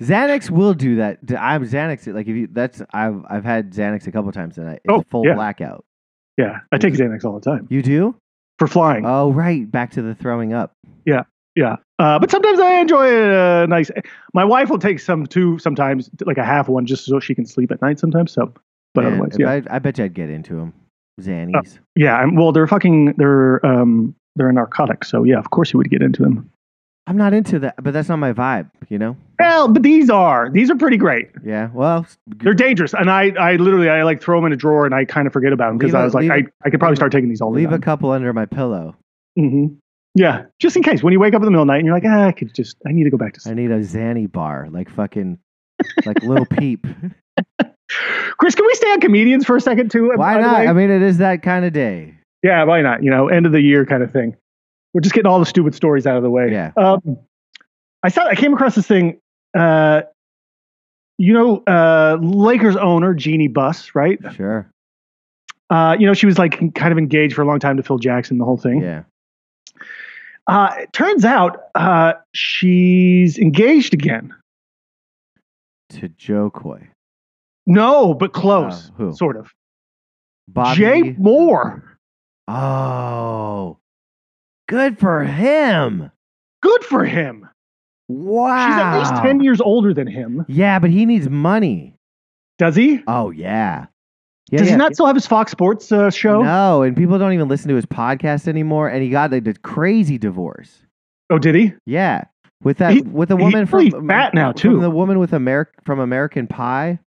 Speaker 1: Xanax will do that. D- I'm Xanax. Like if you, that's I've I've had Xanax a couple times tonight. It's
Speaker 2: Oh,
Speaker 1: full
Speaker 2: yeah.
Speaker 1: blackout.
Speaker 2: Yeah, I take Xanax all the time
Speaker 1: You do?
Speaker 2: for flying.
Speaker 1: Mm-hmm. Oh, right. Back to the throwing up.
Speaker 2: yeah, uh, but sometimes I enjoy a nice. My wife will take some too sometimes, like a half one, just so she can sleep at night sometimes. So, but
Speaker 1: Man,
Speaker 2: otherwise,
Speaker 1: if
Speaker 2: yeah. Oh.
Speaker 1: I, I bet you I'd get into them. Xannies.
Speaker 2: Yeah, I'm, well, they're fucking, they're um, they're a narcotic, so yeah, of course you would get into them.
Speaker 1: I'm not into that, but that's not my vibe. You know?
Speaker 2: Well, but these are these are pretty great.
Speaker 1: Yeah. Well, s- g-
Speaker 2: They're dangerous, and I I literally I like throw them in a drawer and I kind of forget about them because
Speaker 1: Leave a-
Speaker 2: I was like
Speaker 1: leave
Speaker 2: I, I could probably
Speaker 1: leave a-
Speaker 2: start taking these all the
Speaker 1: leave a
Speaker 2: time.
Speaker 1: couple under my pillow.
Speaker 2: Mhm. Yeah, just in case when you wake up in the middle of the night and you're like ah, I could just I need to go back to
Speaker 1: I
Speaker 2: sleep.
Speaker 1: need a Xanny bar, like fucking, like
Speaker 2: <laughs>
Speaker 1: little peep.
Speaker 2: Chris, can we stay on comedians for a second too?
Speaker 1: Why
Speaker 2: by the
Speaker 1: not?
Speaker 2: way?
Speaker 1: I mean, it is that kind of day.
Speaker 2: yeah, why not? You know, end of the year kind of thing. We're just getting all the stupid stories out of the way.
Speaker 1: Yeah.
Speaker 2: Um, I saw I came across this thing. Uh, you know, uh, Lakers owner Jeannie Buss, right?
Speaker 1: Sure.
Speaker 2: Uh, you know, she was like kind of engaged for a long time to Phil Jackson, the whole thing.
Speaker 1: Yeah.
Speaker 2: Uh, it turns out uh, she's engaged again.
Speaker 1: To Joe Coy.
Speaker 2: No, but close,
Speaker 1: Uh, who?
Speaker 2: sort of.
Speaker 1: Bobby.
Speaker 2: Jay Moore.
Speaker 1: Oh, good for him.
Speaker 2: Good for him.
Speaker 1: Wow.
Speaker 2: She's at least 10 years older than him.
Speaker 1: Yeah, but he needs money.
Speaker 2: Does he?
Speaker 1: Oh, yeah. yeah
Speaker 2: Does
Speaker 1: yeah.
Speaker 2: he not still have his Fox Sports uh, show?
Speaker 1: No, and people don't even listen to his podcast anymore. And he got like a crazy divorce.
Speaker 2: Oh, did he?
Speaker 1: Yeah. With that,
Speaker 2: He-
Speaker 1: with the
Speaker 2: he's
Speaker 1: woman
Speaker 2: really
Speaker 1: from
Speaker 2: fat now,
Speaker 1: from
Speaker 2: too.
Speaker 1: the woman with America from American Pie.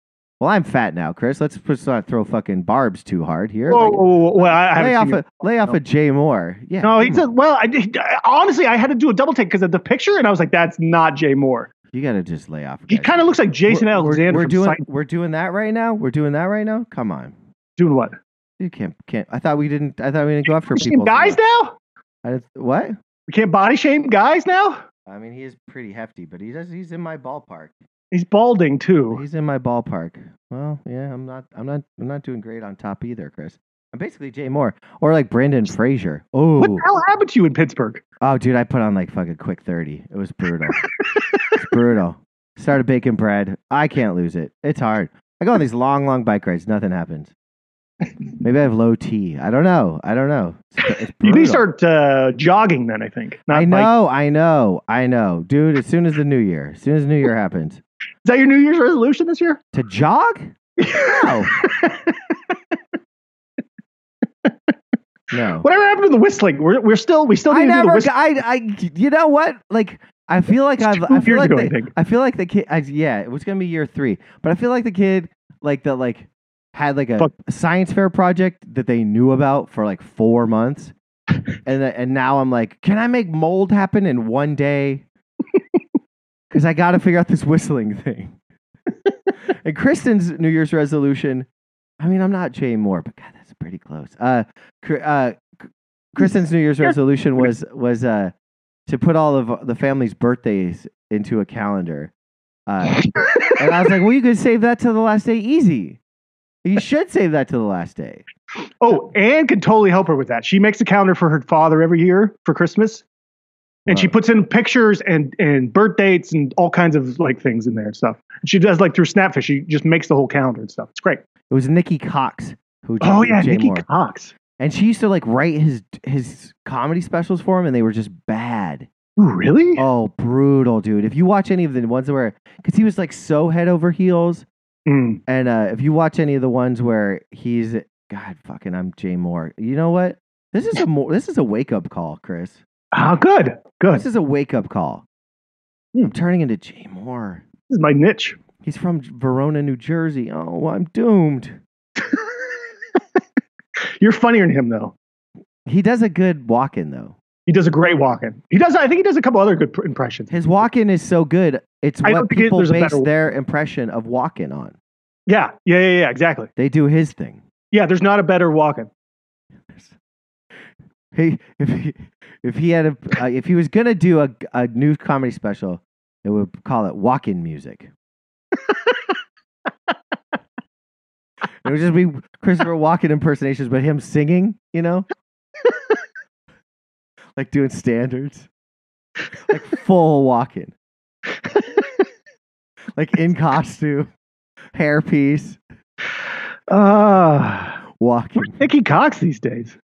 Speaker 1: Well, I'm fat now, Chris. Let's just not throw fucking barbs too hard here.
Speaker 2: Whoa,
Speaker 1: Like,
Speaker 2: whoa, whoa, whoa, I I
Speaker 1: lay
Speaker 2: haven't
Speaker 1: off,
Speaker 2: seen it.
Speaker 1: a, lay off
Speaker 2: No.
Speaker 1: a Jay Moore. Yeah.
Speaker 2: No, he
Speaker 1: come
Speaker 2: said, well, I, did- I- honestly, I had to do a double take because of the picture, and I was like, that's not Jay Moore.
Speaker 1: on. you got to just lay off. a
Speaker 2: He
Speaker 1: guy.
Speaker 2: kind of looks like Jason
Speaker 1: We're- we're-
Speaker 2: Alexander
Speaker 1: We're,
Speaker 2: from
Speaker 1: doing
Speaker 2: Seinfeld.
Speaker 1: we're doing that right now. We're doing that right now. Come on,
Speaker 2: Doing what?
Speaker 1: you can't can't. I thought we didn't. I thought we didn't go after
Speaker 2: Shame
Speaker 1: people. so
Speaker 2: guys
Speaker 1: much.
Speaker 2: now?
Speaker 1: I didn't- what?
Speaker 2: We can't body shame guys now?
Speaker 1: I mean, he is pretty hefty, but he does. He's in my ballpark.
Speaker 2: He's balding too.
Speaker 1: He's in my ballpark. Well, yeah, I'm not. I'm not. I'm not doing great on top either, Chris. I'm basically Jay Moore or like Brandon Fraser. Oh,
Speaker 2: What the hell happened to you in Pittsburgh?
Speaker 1: oh, dude, I put on like fucking quick thirty. It was brutal. it's brutal. Started baking bread. I can't lose it. It's hard. I go on these long, long bike rides. Nothing happens. Maybe I have low T. I don't know. I don't know. It's, it's
Speaker 2: <laughs> You need to
Speaker 1: brutal.
Speaker 2: start uh, jogging then. I think. Not
Speaker 1: I
Speaker 2: like-
Speaker 1: know, I know, I know, dude. As soon as the new year, as soon as New Year happens,
Speaker 2: is that your New Year's resolution this year?
Speaker 1: to jog?
Speaker 2: <laughs>
Speaker 1: No, no.
Speaker 2: Whatever happened to the whistling? We're, we're still we still
Speaker 1: I
Speaker 2: need to do the
Speaker 1: never.
Speaker 2: whistling.
Speaker 1: got- I, I. You know what? Like, I feel like I've. I
Speaker 2: two
Speaker 1: feel
Speaker 2: years
Speaker 1: like.
Speaker 2: ago, I
Speaker 1: the,
Speaker 2: think.
Speaker 1: I feel like the kid. I, yeah, it was gonna be year three, but I feel like the kid, like that, like had like a,
Speaker 2: Fuck.
Speaker 1: a science fair project that they knew about for like four months, and th- and now I'm like, can I make mold happen in one day? Because I got to figure out this whistling thing. and Kristen's New Year's resolution. I mean, I'm not Jay Moore, but God, that's pretty close. Uh, Kr- uh, Kr- Kristen's New Year's
Speaker 2: Yeah.
Speaker 1: resolution was was uh to put all of uh, the family's birthdays into a calendar. Uh,
Speaker 2: <laughs>
Speaker 1: and I was like, well, you could save that till the last day easy. You should save that till the last day.
Speaker 2: Oh, Anne can totally help her with that. She makes a calendar for her father every year for Christmas. And she
Speaker 1: Wow.
Speaker 2: puts in pictures and, and birth dates and all kinds of like things in there and stuff. And she does like through Snapfish, she just makes the whole calendar and stuff. It's great.
Speaker 1: It was Nikki Cox who did
Speaker 2: Oh yeah,
Speaker 1: Jay
Speaker 2: Nikki
Speaker 1: Moore.
Speaker 2: Cox.
Speaker 1: and she used to like write his his comedy specials for him and they were just bad.
Speaker 2: Ooh, really?
Speaker 1: Oh, brutal, dude. If you watch any of the ones where cuz he was like so head over heels
Speaker 2: Mm.
Speaker 1: and uh if you watch any of the ones where he's god fucking I'm Jay Moore. You know what? This is a more, this is a wake up call, Chris.
Speaker 2: Ah, good. Good.
Speaker 1: This
Speaker 2: This
Speaker 1: is a wake up call. Hmm, I'm turning into Jay Moore.
Speaker 2: is my niche.
Speaker 1: He's from Verona, New Jersey. Oh, I'm doomed.
Speaker 2: You're funnier than him though.
Speaker 1: He does a good walk in though.
Speaker 2: He does a great walk-in. He does I think he does a couple other good pr- impressions.
Speaker 1: His walk in is so good. It's
Speaker 2: I
Speaker 1: what
Speaker 2: don't think it-
Speaker 1: people
Speaker 2: there's a
Speaker 1: base
Speaker 2: better one.
Speaker 1: their impression of walk in on.
Speaker 2: Yeah. Yeah, yeah, yeah, exactly.
Speaker 1: They do his thing.
Speaker 2: Yeah, there's not a better walk-in.
Speaker 1: He if he if he had a uh, if he was gonna do a a new comedy special, it would call it walk in music. it would just be Christopher Walken impersonations, but him singing, you know, like doing standards, like full walking, like in costume, hairpiece,
Speaker 2: Ah.
Speaker 1: walking,
Speaker 2: Nikki Cox these days.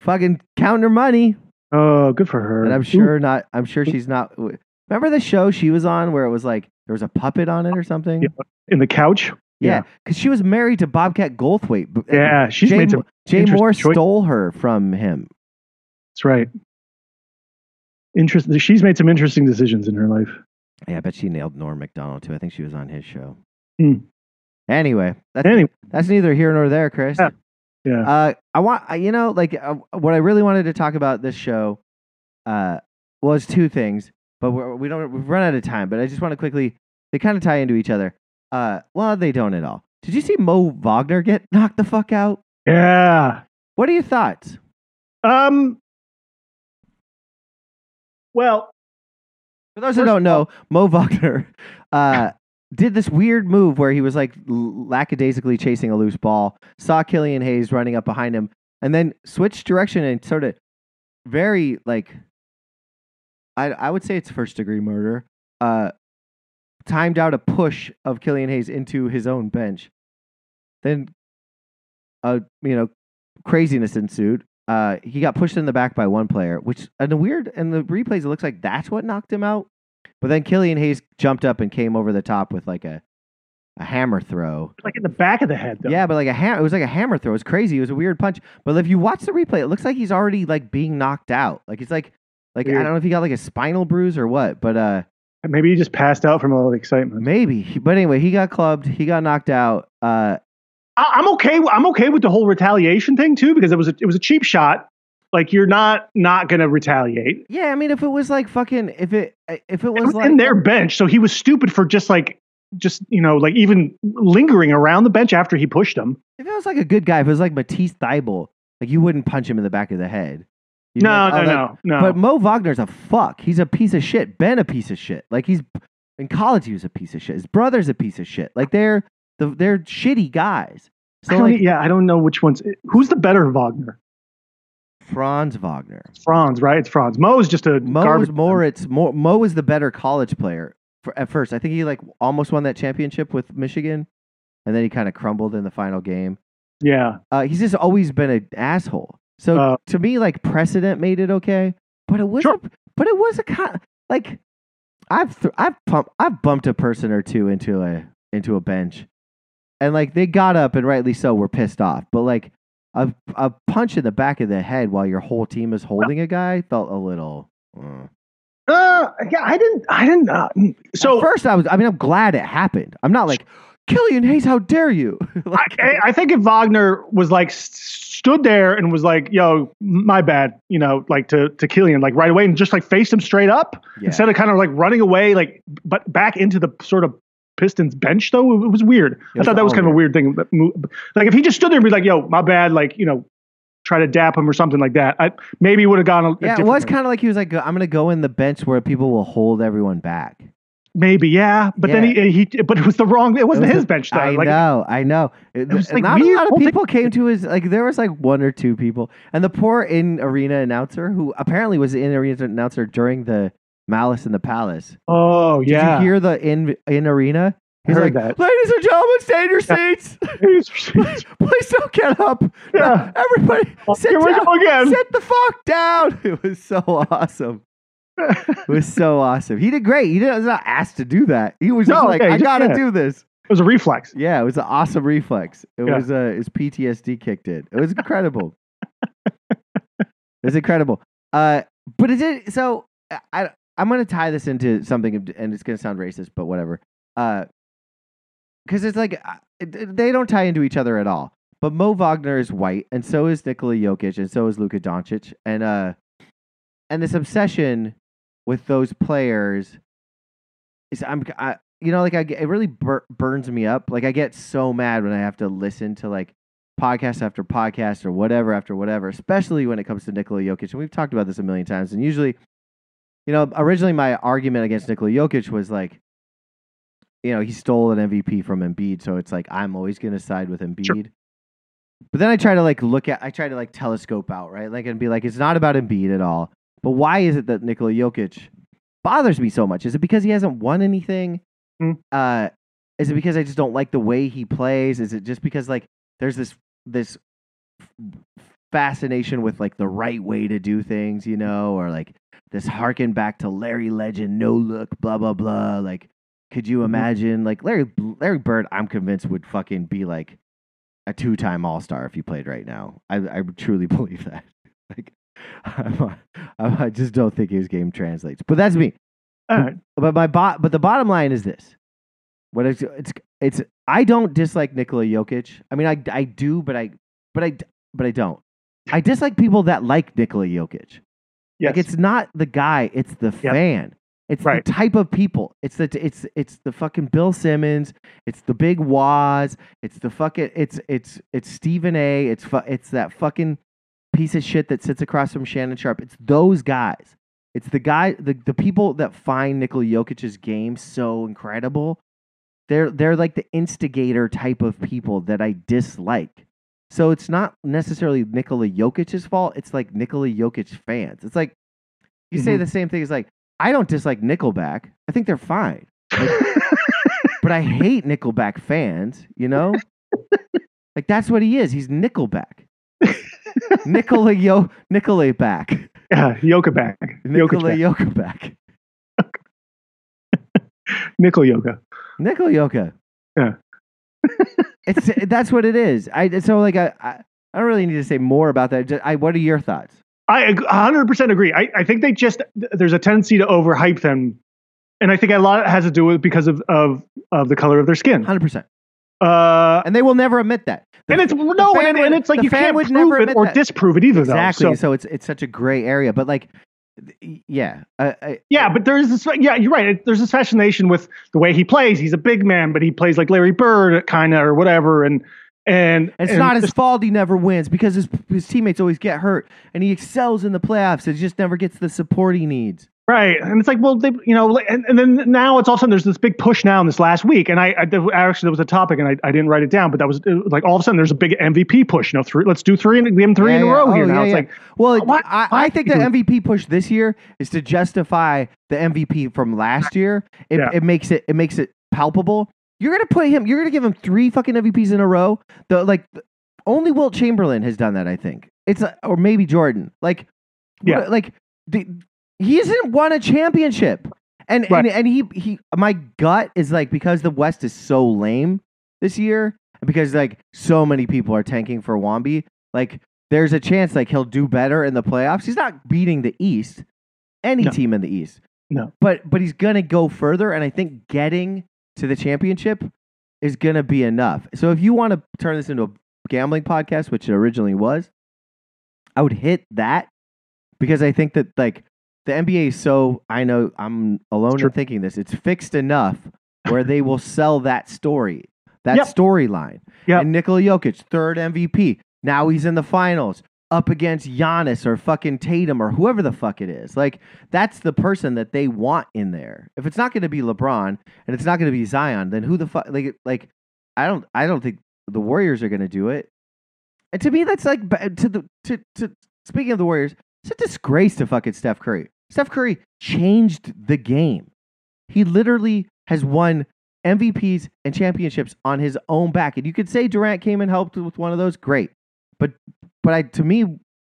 Speaker 1: fucking counting her money.
Speaker 2: Oh, good for her.
Speaker 1: And I'm
Speaker 2: Ooh,
Speaker 1: sure not. I'm sure she's not. w- Remember the show she was on where it was like there was a puppet on it or something.
Speaker 2: Yeah. in the couch.
Speaker 1: Yeah, because she was married to Bobcat Goldthwait. b- and
Speaker 2: Yeah, she's
Speaker 1: Jay,
Speaker 2: made
Speaker 1: Mo-
Speaker 2: some.
Speaker 1: Jay
Speaker 2: interesting
Speaker 1: Moore
Speaker 2: choice-
Speaker 1: stole her from him.
Speaker 2: That's right. Interest. She's made some interesting decisions in her life.
Speaker 1: Yeah, I bet she nailed Norm Macdonald too. I think she was on his show.
Speaker 2: Hmm.
Speaker 1: Anyway, that's
Speaker 2: Anyway.
Speaker 1: that's neither here nor there, Chris.
Speaker 2: Yeah. Yeah.
Speaker 1: Uh, I want I- you know like uh, what I really wanted to talk about this show uh, was two things, but we're, we don't we've run out of time. But I just want to quickly they kind of tie into each other. Uh, well, they don't at all. Did you see Mo Wagner get knocked the fuck out?
Speaker 2: Yeah.
Speaker 1: What are your thoughts?
Speaker 2: Um. Well,
Speaker 1: For those who
Speaker 2: First
Speaker 1: don't
Speaker 2: of all-
Speaker 1: know, Mo Wagner uh, did this weird move where he was like l- lackadaisically chasing a loose ball, saw Killian Hayes running up behind him, and then switched direction and sort of very like I I would say it's first degree murder. Uh, timed out a push of Killian Hayes into his own bench. Then, uh, you know, craziness ensued. Uh, he got pushed in the back by one player, which and the weird and the replays it looks like that's what knocked him out. But then Killian Hayes jumped up and came over the top with like a a hammer throw.
Speaker 2: like in the back of the head. Though.
Speaker 1: Yeah, but like a ham- it was like a hammer throw. It was crazy. It was a weird punch. But if you watch the replay, it looks like he's already like being knocked out. Like it's like like I
Speaker 2: Weird.
Speaker 1: don't know if he got like a spinal bruise or what, but uh
Speaker 2: Maybe he just passed out from all the excitement.
Speaker 1: maybe. He- But anyway, he got clubbed. He got knocked out. Uh
Speaker 2: I, I'm okay. I'm okay with the whole retaliation thing too, because it was a, it was a cheap shot. Like you're not not gonna retaliate.
Speaker 1: yeah, I mean if it was like fucking if it uh, if it
Speaker 2: It
Speaker 1: was
Speaker 2: was
Speaker 1: like
Speaker 2: in their bench, so he was stupid for just like just you know like even lingering around the bench after he pushed him.
Speaker 1: If it was like a good guy, if it was like Matisse Thybul, like you wouldn't punch him in the back of the head. You'd be
Speaker 2: No,
Speaker 1: like, "Oh,
Speaker 2: no,
Speaker 1: that-"
Speaker 2: no, no.
Speaker 1: But Mo Wagner's a fuck. He's a piece of shit. Been a piece of shit. Like he's in college, he was a piece of shit. His brother's a piece of shit. Like they're the, they're shitty guys.
Speaker 2: I
Speaker 1: So
Speaker 2: don't- e,
Speaker 1: like
Speaker 2: yeah, I don't know which one's who's the better Wagner.
Speaker 1: Franz Wagner,
Speaker 2: It's Franz, right? It's Franz. Mo's just a
Speaker 1: Mo
Speaker 2: garbage.
Speaker 1: was Moritz. Mo, Mo was the better college player for, at first. I think he like almost won that championship with Michigan, and then he kind of crumbled in the final game.
Speaker 2: Yeah,
Speaker 1: Uh, he's just always been an asshole. So
Speaker 2: Uh,
Speaker 1: to me, like precedent made it okay, but it was,
Speaker 2: Sure.
Speaker 1: but it was a kind like I've th- I've pump I've bumped a person or two into a into a bench, and like they got up and rightly so were pissed off, but like a a punch in the back of the head while your whole team is holding a guy felt a little. uh.
Speaker 2: uh, yeah. I didn't. I didn't. Uh,
Speaker 1: At
Speaker 2: so
Speaker 1: first, I was I mean I'm glad it happened. I'm not like Killian Hayes, how dare you? <laughs>
Speaker 2: I,
Speaker 1: like,
Speaker 2: I- I think if Wagner was like s- stood there and was like, "Yo, my bad," you know, like to to Killian, like right away, and just like faced him straight up
Speaker 1: yeah.
Speaker 2: instead of kind of like running away, like but back into the sort of Pistons bench though. It, was weird.
Speaker 1: It was
Speaker 2: I thought that was
Speaker 1: all
Speaker 2: kind of a weird thing. that mo- Like if he just stood there and be like, "Yo, my bad," like you know, try to dap him or something like that. I maybe would have gone. A, a
Speaker 1: Yeah, it
Speaker 2: different
Speaker 1: was
Speaker 2: way.
Speaker 1: kind of like he was like, I'm going to go in the bench where people will hold everyone back.
Speaker 2: maybe yeah, but then
Speaker 1: Yeah.
Speaker 2: he he but it was the wrong. It wasn't
Speaker 1: was
Speaker 2: his
Speaker 1: the-
Speaker 2: bench though.
Speaker 1: I
Speaker 2: like
Speaker 1: know, I know. It-
Speaker 2: was, like,
Speaker 1: Not a
Speaker 2: weird.
Speaker 1: lot of
Speaker 2: Don't think-
Speaker 1: people came to his, like, there was like one or two people. And the poor in arena announcer who apparently was the in arena announcer during the Malice in the Palace.
Speaker 2: oh
Speaker 1: Did
Speaker 2: yeah.
Speaker 1: you
Speaker 2: <laughs>
Speaker 1: hear the in in arena? He's like,
Speaker 2: heard that.
Speaker 1: ladies and gentlemen, stay in your seats. <laughs> Please don't get up.
Speaker 2: yeah.
Speaker 1: Everybody, sit
Speaker 2: Here we
Speaker 1: down.
Speaker 2: go again.
Speaker 1: Sit the fuck down. <laughs> It was so awesome. It was so awesome. He did great. He did, was not asked to do that. He was just
Speaker 2: No,
Speaker 1: like,
Speaker 2: yeah, he
Speaker 1: I
Speaker 2: just
Speaker 1: gotta
Speaker 2: did it."
Speaker 1: do this.
Speaker 2: It was a reflex.
Speaker 1: Yeah, it was an awesome reflex. It
Speaker 2: Yeah.
Speaker 1: was uh, his PTSD kicked in. It was incredible. it was incredible. Uh, but it did. So I, I I'm gonna tie this into something, and it's gonna sound racist, but whatever. Uh, because it's like uh, it- they don't tie into each other at all. But Mo Wagner is white, and so is Nikola Jokic, and so is Luka Doncic, and uh, and this obsession with those players is I'm I, you know like I get, it really bur- burns me up. Like I get so mad when I have to listen to like podcast after podcast or whatever after whatever, especially when it comes to Nikola Jokic. And we've talked about this a million times. And usually, you know, originally my argument against Nikola Jokic was like, you know, he stole an MVP from Embiid, so it's like I'm always going to side with Embiid. But then I try to like look at, I try to like telescope out, right? Like and be like, it's not about Embiid at all. But why is it that Nikola Jokic bothers me so much? Is it because he hasn't won anything?
Speaker 2: Mm.
Speaker 1: Uh, is it because I just don't like the way he plays? Is it just because like there's this this f- fascination with like the right way to do things, you know, or like this harken back to Larry Legend, no look, blah blah blah. Like, could you imagine like Larry Larry Bird? I'm convinced would fucking be like a two time All Star if he played right now. I I truly <laughs> believe that. Like, <laughs> I'm, uh, I'm, I just don't think his game translates. But that's me
Speaker 2: All right.
Speaker 1: but my bo- but the bottom line is this: what it's it's it's I don't dislike Nikola Jokic. I mean, I I do, but I but I but I don't. I dislike people that like Nikola Jokic.
Speaker 2: Yes.
Speaker 1: Like it's not the guy, it's the
Speaker 2: Yep.
Speaker 1: fan. It's
Speaker 2: Right.
Speaker 1: the type of people. It's the it's it's the fucking Bill Simmons. It's the big Waz. It's the fucking it's it's it's Stephen A. It's fu- it's that fucking piece of shit that sits across from Shannon Sharp. It's those guys. It's the guy the, the people that find Nikola Jokic's game so incredible. They're they're like the instigator type of people that I dislike. So it's not necessarily Nikola Jokic's fault. It's like Nikola Jokic fans. It's like you say
Speaker 2: Mhm.
Speaker 1: the same thing as like I don't dislike Nickelback. I think they're fine, but I hate Nickelback fans. You know, like that's what he is. He's Nickelback. Nikola Yo Nikola back.
Speaker 2: yeah. <laughs> Yoga bag.
Speaker 1: Nikola
Speaker 2: Yoga.
Speaker 1: Yoka back.
Speaker 2: Nickel yoga.
Speaker 1: Nickel Yoka.
Speaker 2: Yeah.
Speaker 1: <laughs> it's that's what it is. I so like I, I I don't really need to say more about that. Just, I what are your thoughts?
Speaker 2: I ag- 100% agree. I, I think they just, th- there's a tendency to overhype them. And I think a lot has to do with because of, of, of the color of their skin.
Speaker 1: Hundred percent.
Speaker 2: Uh,
Speaker 1: And they will never admit that. The
Speaker 2: and it's no,
Speaker 1: fan
Speaker 2: and,
Speaker 1: would-
Speaker 2: and it's like
Speaker 1: the
Speaker 2: you
Speaker 1: fan
Speaker 2: can't
Speaker 1: would
Speaker 2: prove
Speaker 1: never
Speaker 2: it
Speaker 1: admit
Speaker 2: or
Speaker 1: that.
Speaker 2: disprove it either,
Speaker 1: exactly.
Speaker 2: though. So,
Speaker 1: so it's it's such a gray area. But like, th- yeah, I, I,
Speaker 2: yeah, but there's this, yeah, you're right. It, there's this fascination with the way he plays. He's a big man, but he plays like Larry Bird, kind of, or whatever. And, and
Speaker 1: it's
Speaker 2: and
Speaker 1: not his fault he never wins because his his teammates always get hurt and he excels in the playoffs. It just never gets the support he needs.
Speaker 2: Right. And it's like, well, they, you know, like- and, and then now it's all of a sudden there's this big push now in this last week. And I, I there- actually, there was a topic and I, I didn't write it down, but that was, it was like all of a sudden there's a big MVP push. You know, three, let's do three, in- give them three
Speaker 1: Yeah,
Speaker 2: in a
Speaker 1: yeah.
Speaker 2: row
Speaker 1: Oh,
Speaker 2: here
Speaker 1: yeah,
Speaker 2: now. It's
Speaker 1: yeah.
Speaker 2: like,
Speaker 1: Well, it-
Speaker 2: Why-
Speaker 1: I,
Speaker 2: why
Speaker 1: I
Speaker 2: <laughs>
Speaker 1: think the
Speaker 2: do it?
Speaker 1: MVP push this year is to justify the MVP from last year. It,
Speaker 2: Yeah.
Speaker 1: it makes it it makes it palpable. You're gonna put him. You're gonna give him three fucking MVPs in a row. The like only Wilt Chamberlain has done that. I think it's uh, or maybe Jordan. Like
Speaker 2: Yeah.
Speaker 1: what- like the, he hasn't won a championship. And,
Speaker 2: Right.
Speaker 1: and and he he my gut is like because the West is so lame this year and because like so many people are tanking for Wamby, like there's a chance like he'll do better in the playoffs. He's not beating the East, any
Speaker 2: No.
Speaker 1: team in the East.
Speaker 2: No.
Speaker 1: But but he's gonna go further, and I think getting to the championship is gonna be enough. So if you want to turn this into a gambling podcast, which it originally was, I would hit that because I think that like the NBA is so I know I'm alone in
Speaker 2: true.
Speaker 1: thinking this. It's fixed enough where they will sell that story, that
Speaker 2: Yep.
Speaker 1: storyline.
Speaker 2: Yep.
Speaker 1: And Nikola Jokic, third MVP. Now he's in the finals up against Giannis or fucking Tatum or whoever the fuck it is. Like that's the person that they want in there. If it's not going to be LeBron and it's not going to be Zion, then who the fuck like like I don't I don't think the Warriors are going to do it. And to me that's like ba- to the to to speaking of the Warriors, it's a disgrace to fucking Steph Curry. Steph Curry changed the game. He literally has won MVPs and championships on his own back. And you could say Durant came and helped with one of those, great. But but I to me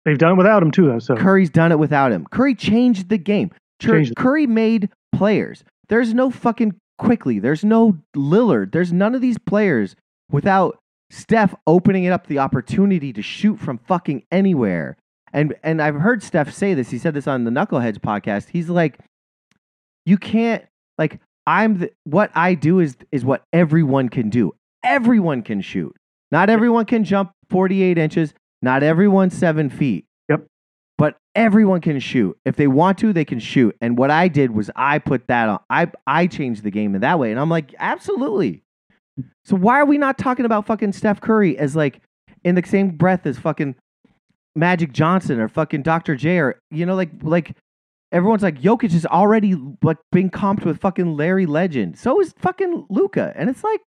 Speaker 2: they've done it without him too, though. So,
Speaker 1: Curry's done it without him. Curry changed the game. Cur-
Speaker 2: Changed it.
Speaker 1: Curry made players. There's no fucking quickly. There's no Lillard. There's none of these players without Steph opening it up the opportunity to shoot from fucking anywhere. And and I've heard Steph say this. He said this on the Knuckleheads podcast. He's like, you can't like I'm the, what I do is is what everyone can do. Everyone can shoot. Not everyone can jump 48 inches. Not everyone's seven feet but everyone can shoot if they want to they can shoot and what i did was i put that on i i changed the game in that way and i'm like absolutely so why are we not talking about fucking steph curry as like in the same breath as fucking magic johnson or fucking dr j or you know like like everyone's like jokic is already like being comped with fucking larry legend so is fucking luca and it's like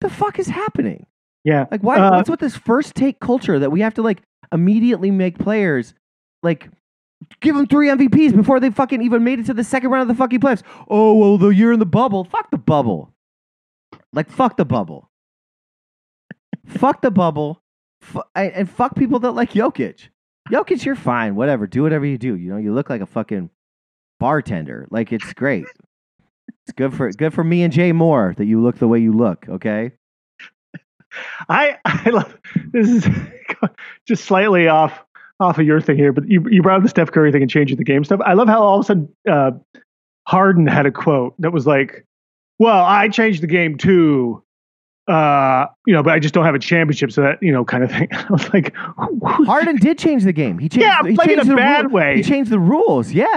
Speaker 1: the fuck is happening
Speaker 2: yeah.
Speaker 1: like, why?
Speaker 2: Uh,
Speaker 1: what's with this first take culture that we have to like immediately make players like give them three MVPs before they fucking even made it to the second round of the fucking playoffs? Oh well, though you're in the bubble. Fuck the bubble. Like, fuck the bubble. <laughs> fuck the bubble. Fu- and and fuck people that like Jokic. Jokic, you're fine. Whatever. Do whatever you do. You know, you look like a fucking bartender. Like, it's great. It's good for good for me and Jay Moore that you look the way you look. Okay.
Speaker 2: I, I love this is <laughs> just slightly off off of your thing here, but you you brought up the Steph Curry thing and changing the game stuff. I love how all of a sudden uh, Harden had a quote that was like, "Well, I changed the game too." Uh, you know, but I just don't have a championship, so that you know, kind of thing. <laughs> I was like, who- who-
Speaker 1: Harden did change the game. He changed.
Speaker 2: Yeah,
Speaker 1: he
Speaker 2: like in
Speaker 1: changed
Speaker 2: a
Speaker 1: the
Speaker 2: bad
Speaker 1: rule-
Speaker 2: way.
Speaker 1: He changed the rules. Yeah.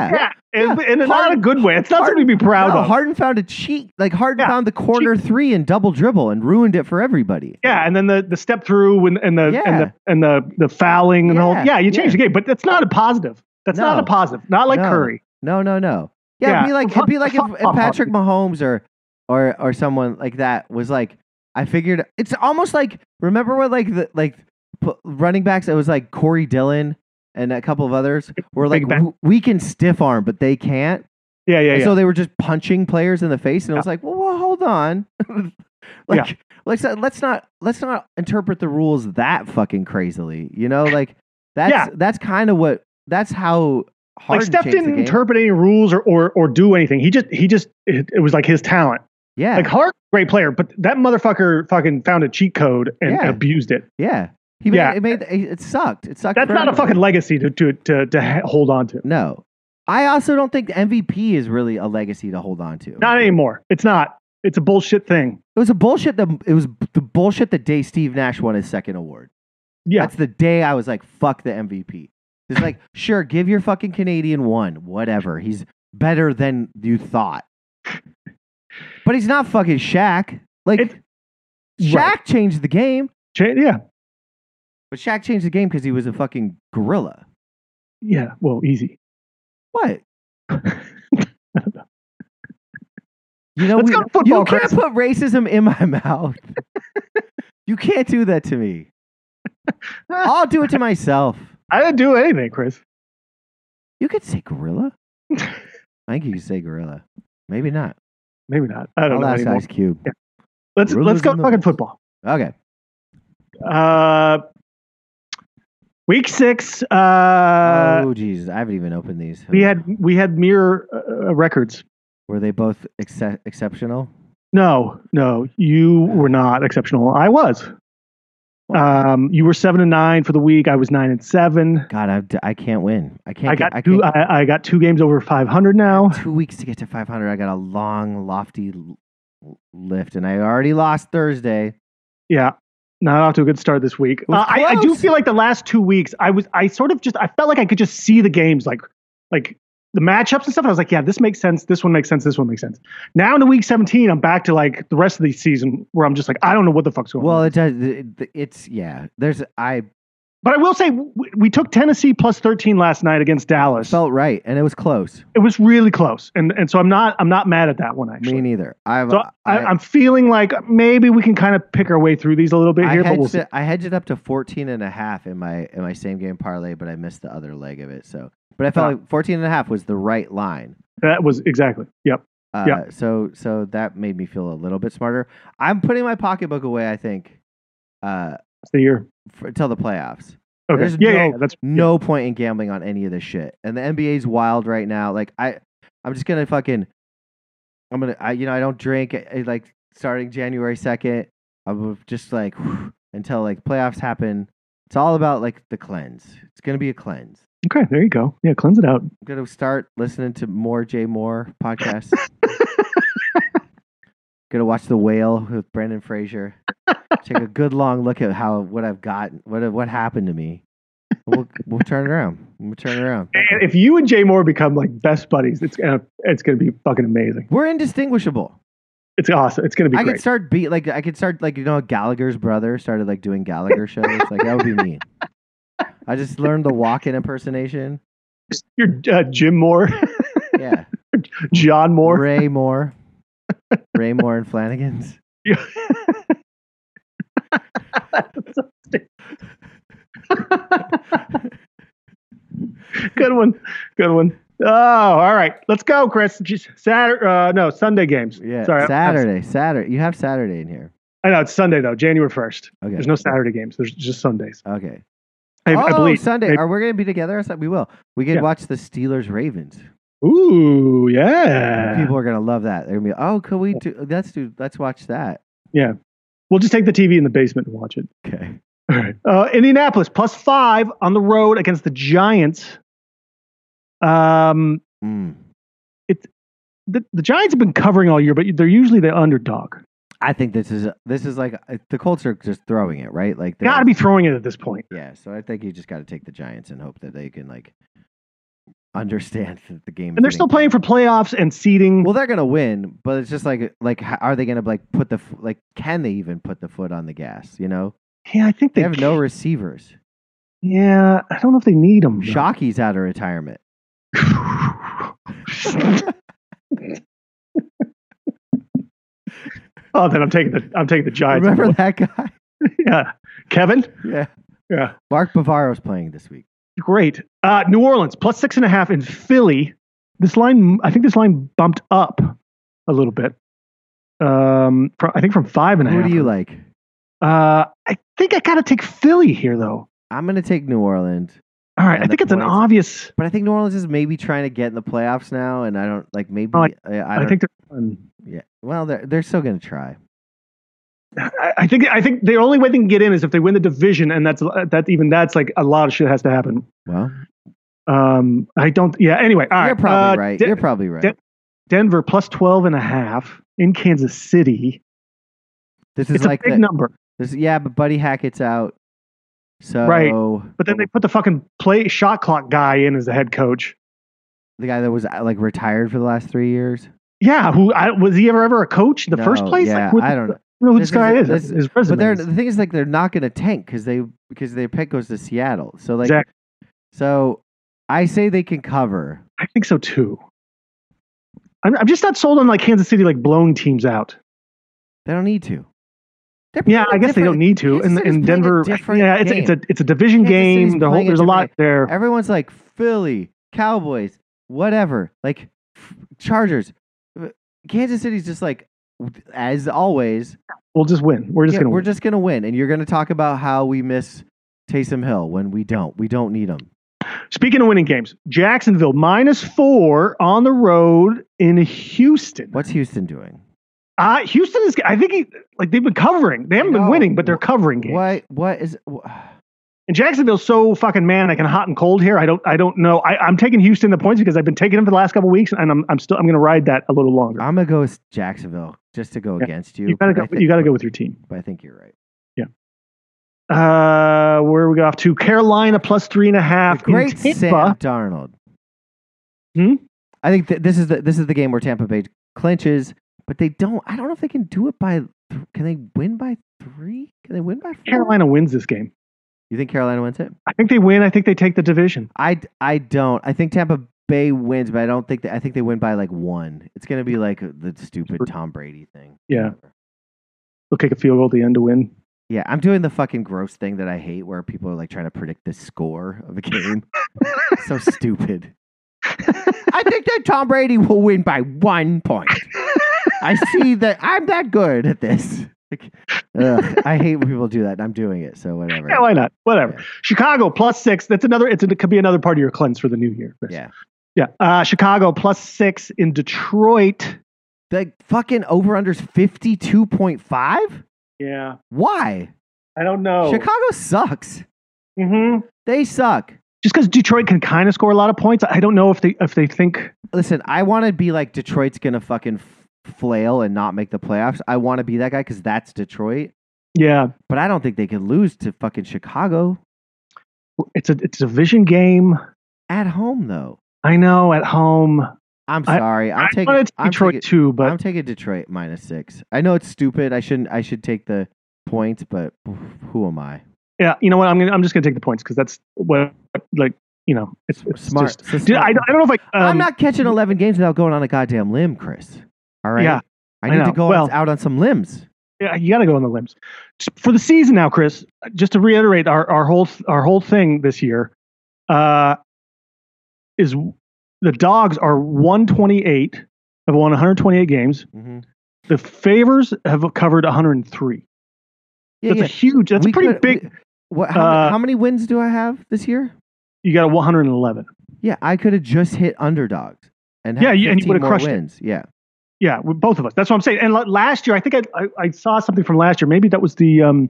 Speaker 2: yeah, in, in a, not a
Speaker 1: Harden-
Speaker 2: good way. It's not something to be proud
Speaker 1: No,
Speaker 2: of.
Speaker 1: Harden found a cheat. Like Harden
Speaker 2: Yeah,
Speaker 1: found the corner three and double dribble and ruined it for everybody.
Speaker 2: Yeah, and then the the step through and, and the
Speaker 1: Yeah.
Speaker 2: and the and the the fouling and all.
Speaker 1: Yeah,
Speaker 2: Yeah, you change
Speaker 1: yeah.
Speaker 2: the game, but that's not a positive. That's not
Speaker 1: No.
Speaker 2: a positive. Not like
Speaker 1: No.
Speaker 2: Curry.
Speaker 1: No, no, no. Yeah, it'd
Speaker 2: Yeah.
Speaker 1: be like it'd be like if, if
Speaker 2: <laughs> Fuck
Speaker 1: Patrick Mahomes or or or someone like that was like, I figured it's almost like remember what like the like p- running backs. It was like Corey Dillon and a couple of others were like
Speaker 2: Big Ben.
Speaker 1: "W- we can stiff arm, but they can't.
Speaker 2: Yeah, yeah,
Speaker 1: And
Speaker 2: yeah.
Speaker 1: so they were just punching players in the face, and it was like, well, well, hold on, <laughs> like, let's not- let's not let's not interpret the rules that fucking crazily, you know, like that's that's kind of what that's how hard
Speaker 2: like Steph
Speaker 1: the
Speaker 2: didn't
Speaker 1: game.
Speaker 2: interpret any rules or, or or do anything. He just he just it, it was like his talent.
Speaker 1: yeah,
Speaker 2: Like Hart, great player, but that motherfucker fucking found a cheat code and,
Speaker 1: Yeah.
Speaker 2: and abused it.
Speaker 1: yeah, he made,
Speaker 2: Yeah.
Speaker 1: it made it sucked, it sucked.
Speaker 2: That's
Speaker 1: for
Speaker 2: not a
Speaker 1: everybody.
Speaker 2: fucking legacy to to to, to ha- hold on to.
Speaker 1: no. I also don't think MVP is really a legacy to hold on to.
Speaker 2: Not anymore. It's not. It's a bullshit thing.
Speaker 1: it was a bullshit. That it was the bullshit the day Steve Nash won his second award.
Speaker 2: Yeah,
Speaker 1: That's the day I was like, fuck the MVP. It's
Speaker 2: <laughs>
Speaker 1: like, sure, give your fucking Canadian one, whatever. He's better than you thought. But he's not fucking Shaq. Like,
Speaker 2: It-
Speaker 1: Shaq
Speaker 2: right.
Speaker 1: changed the game,
Speaker 2: Cha- yeah,
Speaker 1: but Shaq changed the game because he was a fucking gorilla.
Speaker 2: yeah. Well, easy.
Speaker 1: What? You know,
Speaker 2: <laughs> Let's
Speaker 1: we-
Speaker 2: go to football,
Speaker 1: you can't
Speaker 2: Chris.
Speaker 1: put racism in my
Speaker 2: <laughs>
Speaker 1: mouth. you can't do that to me. I'll do it to myself.
Speaker 2: I didn't do anything, Chris.
Speaker 1: You could say
Speaker 2: <laughs>
Speaker 1: gorilla. I think you could say gorilla. Maybe not.
Speaker 2: Maybe not. I don't
Speaker 1: I'll
Speaker 2: know
Speaker 1: ask
Speaker 2: anymore.
Speaker 1: Ice Cube.
Speaker 2: Let's
Speaker 1: Rulers
Speaker 2: let's go
Speaker 1: in the-
Speaker 2: fucking football.
Speaker 1: Okay.
Speaker 2: Uh, week six. Uh,
Speaker 1: oh Jesus, I haven't even opened these.
Speaker 2: we had we had mirror uh, records.
Speaker 1: Were they both exce- exceptional?
Speaker 2: No, no, you were not exceptional. I was. Um, you were seven and nine for the week. I was nine and seven.
Speaker 1: God, I, I can't win. I can't.
Speaker 2: I
Speaker 1: get,
Speaker 2: got
Speaker 1: I
Speaker 2: two.
Speaker 1: can't-
Speaker 2: I, I got two games over five hundred now.
Speaker 1: two weeks to get to 500. I got a long, lofty l- lift, and I already lost Thursday.
Speaker 2: Yeah, not off to a good start this week.
Speaker 1: was
Speaker 2: Uh, I, I do
Speaker 1: close.
Speaker 2: feel like the last two weeks, I was, I sort of just, I felt like I could just see the games, like, like the matchups and stuff. I was like, yeah, this makes sense. This one makes sense. This one makes sense. Now into week seventeen, I'm back to like the rest of the season where I'm just like, I don't know what the fuck's going
Speaker 1: Well,
Speaker 2: on.
Speaker 1: it does. it- It's yeah. There's I
Speaker 2: But I will say, we, we took Tennessee plus thirteen last night against Dallas.
Speaker 1: felt right, and it was close.
Speaker 2: it was really close, and and so I'm not, I'm not mad at that one
Speaker 1: Me
Speaker 2: actually.
Speaker 1: neither. I've,
Speaker 2: So I,
Speaker 1: I,
Speaker 2: I'm feeling like maybe we can kind of pick our way through these a little bit
Speaker 1: I
Speaker 2: here, but
Speaker 1: hedged
Speaker 2: we'll see.
Speaker 1: it, I hedged it up to 14 and a half in my in my same game parlay, but I missed the other leg of it. So, but I felt
Speaker 2: Ah.
Speaker 1: like 14 and a half was the right line.
Speaker 2: That was exactly. Yep.
Speaker 1: Uh,
Speaker 2: Yeah.
Speaker 1: So so that made me feel a little bit smarter. I'm putting my pocketbook away. I think uh,
Speaker 2: That's the year.
Speaker 1: for, until the playoffs.
Speaker 2: Okay.
Speaker 1: There's
Speaker 2: Yeah, yeah,
Speaker 1: no-
Speaker 2: yeah. <laughs> That's
Speaker 1: No point in gambling on any of this shit. And the NBA's wild right now. Like I, I'm just gonna fucking, I'm gonna, I, you know, I don't drink. eh, eh, Like starting January second, I'm just like <sighs> until like playoffs happen. It's all about like the cleanse. It's gonna be a cleanse.
Speaker 2: Okay, there you go. Yeah, cleanse it out.
Speaker 1: I'm gonna start listening to more Jay Moore
Speaker 2: <laughs>
Speaker 1: podcasts. gonna watch The Whale with Brandon Fraser. Take a good long look at how what I've gotten, what what happened to me. We'll we'll turn it around. We'll turn it around.
Speaker 2: And if you and Jay Moore become like best buddies, it's gonna it's gonna be fucking amazing.
Speaker 1: We're indistinguishable.
Speaker 2: It's awesome. It's gonna be
Speaker 1: I
Speaker 2: great.
Speaker 1: could start beat like I could start like you know Gallagher's brother started like doing Gallagher shows. Like that would be me. I just learned the walk-in impersonation.
Speaker 2: You're uh, Jim Moore, <laughs>
Speaker 1: Yeah,
Speaker 2: John Moore.
Speaker 1: Ray Moore, Ray Moore and Flanagan's.
Speaker 2: Good one. Good one. Oh, all right. Let's go, Chris. Just Saturday. Uh, no, Sunday games.
Speaker 1: Yeah,
Speaker 2: Sorry, I'm-
Speaker 1: Saturday, Saturday. You have Saturday in here.
Speaker 2: I know it's Sunday though, January first.
Speaker 1: Okay.
Speaker 2: There's no Saturday games. There's just Sundays.
Speaker 1: Okay.
Speaker 2: I,
Speaker 1: oh,
Speaker 2: I believe.
Speaker 1: Sunday.
Speaker 2: Maybe-
Speaker 1: Are we going to be together? or something? We will. We can
Speaker 2: Yeah.
Speaker 1: watch the Steelers Ravens.
Speaker 2: Ooh, yeah.
Speaker 1: People are going to love that. They're going to be, oh, could we do? Let's do. Let's watch that.
Speaker 2: We'll just take the TV in the basement and watch it.
Speaker 1: Okay.
Speaker 2: All right. Uh, Indianapolis plus five on the road against the Giants. Um,
Speaker 1: Mm.
Speaker 2: the, the Giants have been covering all year, but they're usually the underdog.
Speaker 1: I think this is this is like uh, the Colts are just throwing it right. Like
Speaker 2: Got to be throwing it at this point.
Speaker 1: Yeah. So I think you just got to take the Giants and hope that they can like understand that the game. is
Speaker 2: And they're
Speaker 1: being
Speaker 2: still playing for playoffs and seeding.
Speaker 1: Well, they're gonna win, but it's just like like h- are they gonna like put the f- like can they even put the foot on the gas? You know,
Speaker 2: yeah, I think
Speaker 1: they
Speaker 2: they,
Speaker 1: have no receivers.
Speaker 2: <sighs> Yeah, I don't know if they need them.
Speaker 1: Shocky's out of retirement.
Speaker 2: <laughs> oh, then I'm taking the I'm taking the Giants.
Speaker 1: Remember that guy? <laughs>
Speaker 2: Yeah, Kevin.
Speaker 1: Yeah.
Speaker 2: Yeah.
Speaker 1: Mark Bavaro's playing this week.
Speaker 2: Great. Uh, New Orleans plus six and a half in Philly. This line, I think this line bumped up a little bit. Um, from, I think from five and a half.
Speaker 1: Who do you like?
Speaker 2: Uh, I think I gotta take Philly here though.
Speaker 1: I'm gonna take New Orleans,
Speaker 2: All right,
Speaker 1: And
Speaker 2: I
Speaker 1: the
Speaker 2: think it's an
Speaker 1: points.
Speaker 2: obvious.
Speaker 1: but I think New Orleans is maybe trying to get in the playoffs now, and I don't like maybe.
Speaker 2: Oh,
Speaker 1: I,
Speaker 2: I-
Speaker 1: I,
Speaker 2: I,
Speaker 1: don't,
Speaker 2: think they're. Um,
Speaker 1: Yeah. Well, they're they're still gonna try.
Speaker 2: I, I think I think the only way they can get in is if they win the division, and that's that's even that's like a lot of shit has to happen.
Speaker 1: Well,
Speaker 2: Um, I don't. Yeah. Anyway, all right.
Speaker 1: you're probably
Speaker 2: uh,
Speaker 1: right.
Speaker 2: De-
Speaker 1: you're probably right.
Speaker 2: De- Denver plus 12 and a half in Kansas City.
Speaker 1: this is
Speaker 2: It's
Speaker 1: like
Speaker 2: a big
Speaker 1: the,
Speaker 2: number.
Speaker 1: this. Yeah, but Buddy Hackett's out. So
Speaker 2: Right. But
Speaker 1: Oh.
Speaker 2: then they put the fucking play shot clock guy in as the head coach.
Speaker 1: the guy that was uh, like retired for the last three years.
Speaker 2: Yeah, who I, was he ever ever a coach in the first
Speaker 1: No,
Speaker 2: place?
Speaker 1: Yeah,
Speaker 2: Like, what
Speaker 1: I
Speaker 2: the-
Speaker 1: don't know.
Speaker 2: know who
Speaker 1: This
Speaker 2: this guy
Speaker 1: is-
Speaker 2: is.
Speaker 1: this-
Speaker 2: His resume.
Speaker 1: But they're,
Speaker 2: is-
Speaker 1: the thing is, like, they're not going to tank because they because their pick goes to Seattle. So like,
Speaker 2: Exact-
Speaker 1: so I say they can cover.
Speaker 2: I think so too. I'm, I'm just not sold on like Kansas City like blowing teams out.
Speaker 1: they don't need to. They're
Speaker 2: Yeah,
Speaker 1: playing a
Speaker 2: I guess they
Speaker 1: different-
Speaker 2: don't need to.
Speaker 1: Kansas
Speaker 2: And
Speaker 1: City's playing
Speaker 2: and
Speaker 1: a
Speaker 2: Denver,
Speaker 1: different
Speaker 2: yeah, it's a,
Speaker 1: game.
Speaker 2: it's a it's a division
Speaker 1: Kansas City's
Speaker 2: game. The whole
Speaker 1: playing a
Speaker 2: there's a lot
Speaker 1: different
Speaker 2: there.
Speaker 1: Everyone's like Philly, Cowboys, whatever, like f- Chargers. Uh, Kansas City's just like, as always,
Speaker 2: We'll just win. We're just
Speaker 1: yeah,
Speaker 2: gonna
Speaker 1: we're
Speaker 2: win.
Speaker 1: just gonna win, and you're gonna talk about how we miss Taysom Hill when we don't. We don't need him.
Speaker 2: Speaking of winning games, Jacksonville minus four on the road in Houston.
Speaker 1: What's Houston doing?
Speaker 2: Uh, Houston is. I think he, like they've been covering. They haven't
Speaker 1: I
Speaker 2: been
Speaker 1: know.
Speaker 2: winning, but they're covering games.
Speaker 1: What? What is? wh-
Speaker 2: And Jacksonville's so fucking manic and hot and cold here. I don't. I don't know. I, I'm taking Houston the points because I've been taking them for the last couple weeks, and I'm. I'm still. I'm going to ride that a little longer.
Speaker 1: I'm gonna go with Jacksonville just to go
Speaker 2: Yeah,
Speaker 1: against you.
Speaker 2: You gotta
Speaker 1: but
Speaker 2: go.
Speaker 1: I thi-
Speaker 2: you gotta go with your team.
Speaker 1: But I think you're right.
Speaker 2: Uh, where are we off to? Carolina plus three and a half.
Speaker 1: The great
Speaker 2: in
Speaker 1: Sam
Speaker 2: Tampa.
Speaker 1: Darnold.
Speaker 2: Hmm?
Speaker 1: I think th- this is the this is the game where Tampa Bay clinches, but they don't. I don't know if they can do it by. Th- can they win by three? Can they win by four?
Speaker 2: Carolina wins this game.
Speaker 1: You think Carolina wins it?
Speaker 2: I think they win. I think they take the division.
Speaker 1: I d- I don't. I think Tampa Bay wins, but I don't think that. I think they win by like one. It's gonna be like the stupid Tom Brady thing.
Speaker 2: Yeah. They'll kick a field goal at the end to win.
Speaker 1: Yeah, I'm doing the fucking gross thing that I hate, where people are like trying to predict the score of a game. <laughs> so stupid. I think that Tom Brady will win by one point. I see that I'm that good at this. Like, ugh, I hate when people do that. and I'm doing it, so whatever.
Speaker 2: Yeah, why not? Whatever.
Speaker 1: Yeah.
Speaker 2: Chicago plus six. That's another. It's, it could be another part of your cleanse for the new year. Chris.
Speaker 1: Yeah.
Speaker 2: Yeah. Uh, Chicago plus six in Detroit.
Speaker 1: The fucking over under's 52.5?
Speaker 2: Yeah.
Speaker 1: Why?
Speaker 2: I don't know.
Speaker 1: Chicago sucks.
Speaker 2: hmm
Speaker 1: They suck.
Speaker 2: Just because Detroit can kind of score a lot of points, I don't know if they if they think.
Speaker 1: Listen, I want to be like Detroit's going to fucking f- flail and not make the playoffs. I want to be that guy because that's Detroit.
Speaker 2: Yeah.
Speaker 1: But I don't think they could lose to fucking Chicago
Speaker 2: It's a it's a vision game.
Speaker 1: at home, though.
Speaker 2: I know at home.
Speaker 1: I'm
Speaker 2: I-
Speaker 1: sorry. I, am
Speaker 2: I
Speaker 1: taking
Speaker 2: wanted
Speaker 1: I'm
Speaker 2: Detroit
Speaker 1: taking-
Speaker 2: too, but
Speaker 1: I'm taking Detroit minus six. I know it's stupid. I shouldn't. I should take the points, but who am I?
Speaker 2: yeah, you know what? I'm gonna I'm just gonna take the points because that's what like you know it's, it's
Speaker 1: Smart.
Speaker 2: Just,
Speaker 1: It's a
Speaker 2: Dude,
Speaker 1: smart
Speaker 2: I, don't- I don't know if I. Um,
Speaker 1: I'm not catching 11 games without going on a goddamn limb, Chris. All right.
Speaker 2: Yeah,
Speaker 1: I
Speaker 2: I
Speaker 1: need to
Speaker 2: know.
Speaker 1: go
Speaker 2: Well-
Speaker 1: on- out on some limbs.
Speaker 2: Yeah, you got to go on the limbs for the season now, Chris. Just to reiterate our our whole our whole thing this year uh, is the dogs are 128 have won 128 games.
Speaker 1: Mm-hmm.
Speaker 2: The favors have covered 103.
Speaker 1: Yeah,
Speaker 2: that's a huge. That's a
Speaker 1: We
Speaker 2: pretty
Speaker 1: could-
Speaker 2: big.
Speaker 1: we- what, how, many-
Speaker 2: uh,
Speaker 1: how many wins do I have this year?
Speaker 2: you got a 111.
Speaker 1: Yeah, I could have just hit underdogs and
Speaker 2: Yeah,
Speaker 1: had
Speaker 2: you- and you
Speaker 1: 15
Speaker 2: would've
Speaker 1: more
Speaker 2: crushed it.
Speaker 1: wins. Yeah,
Speaker 2: Yeah, with both of us. That's what I'm saying. And la- last year, I think I, I I saw something from last year. Maybe that was the um.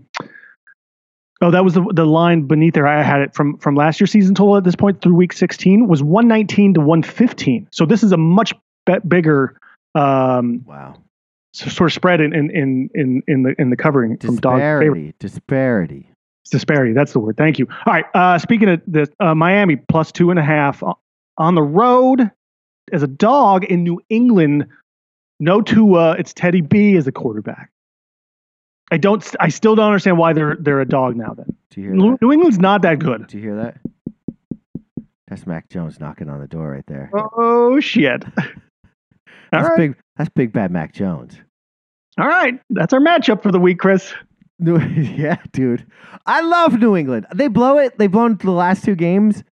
Speaker 2: Oh, that was the the line beneath there. I had it from from last year's season total at this point through week 16 was 119 to 115. So this is a much be- bigger um
Speaker 1: wow.
Speaker 2: s- sort of spread in in in in in the in the covering from dog favorite
Speaker 1: Disparity, disparity.
Speaker 2: disparity. That's the word. Thank you. All right. Uh, speaking of this, uh, Miami plus two and a half o- on the road as a dog in New England. No Tua, it's Teddy B as a quarterback. I don't. s- I still don't understand why they're they're a dog now. Then
Speaker 1: Do you hear
Speaker 2: New
Speaker 1: that?
Speaker 2: New England's not that good.
Speaker 1: Do you hear that? That's Mac Jones knocking on the door right there.
Speaker 2: Oh shit! <laughs> All
Speaker 1: That's
Speaker 2: right,
Speaker 1: big. That's big bad Mac Jones.
Speaker 2: all right. That's our matchup for the week, Chris.
Speaker 1: New- <laughs> yeah, dude. I love New England. They blow it. They've blown the last two games,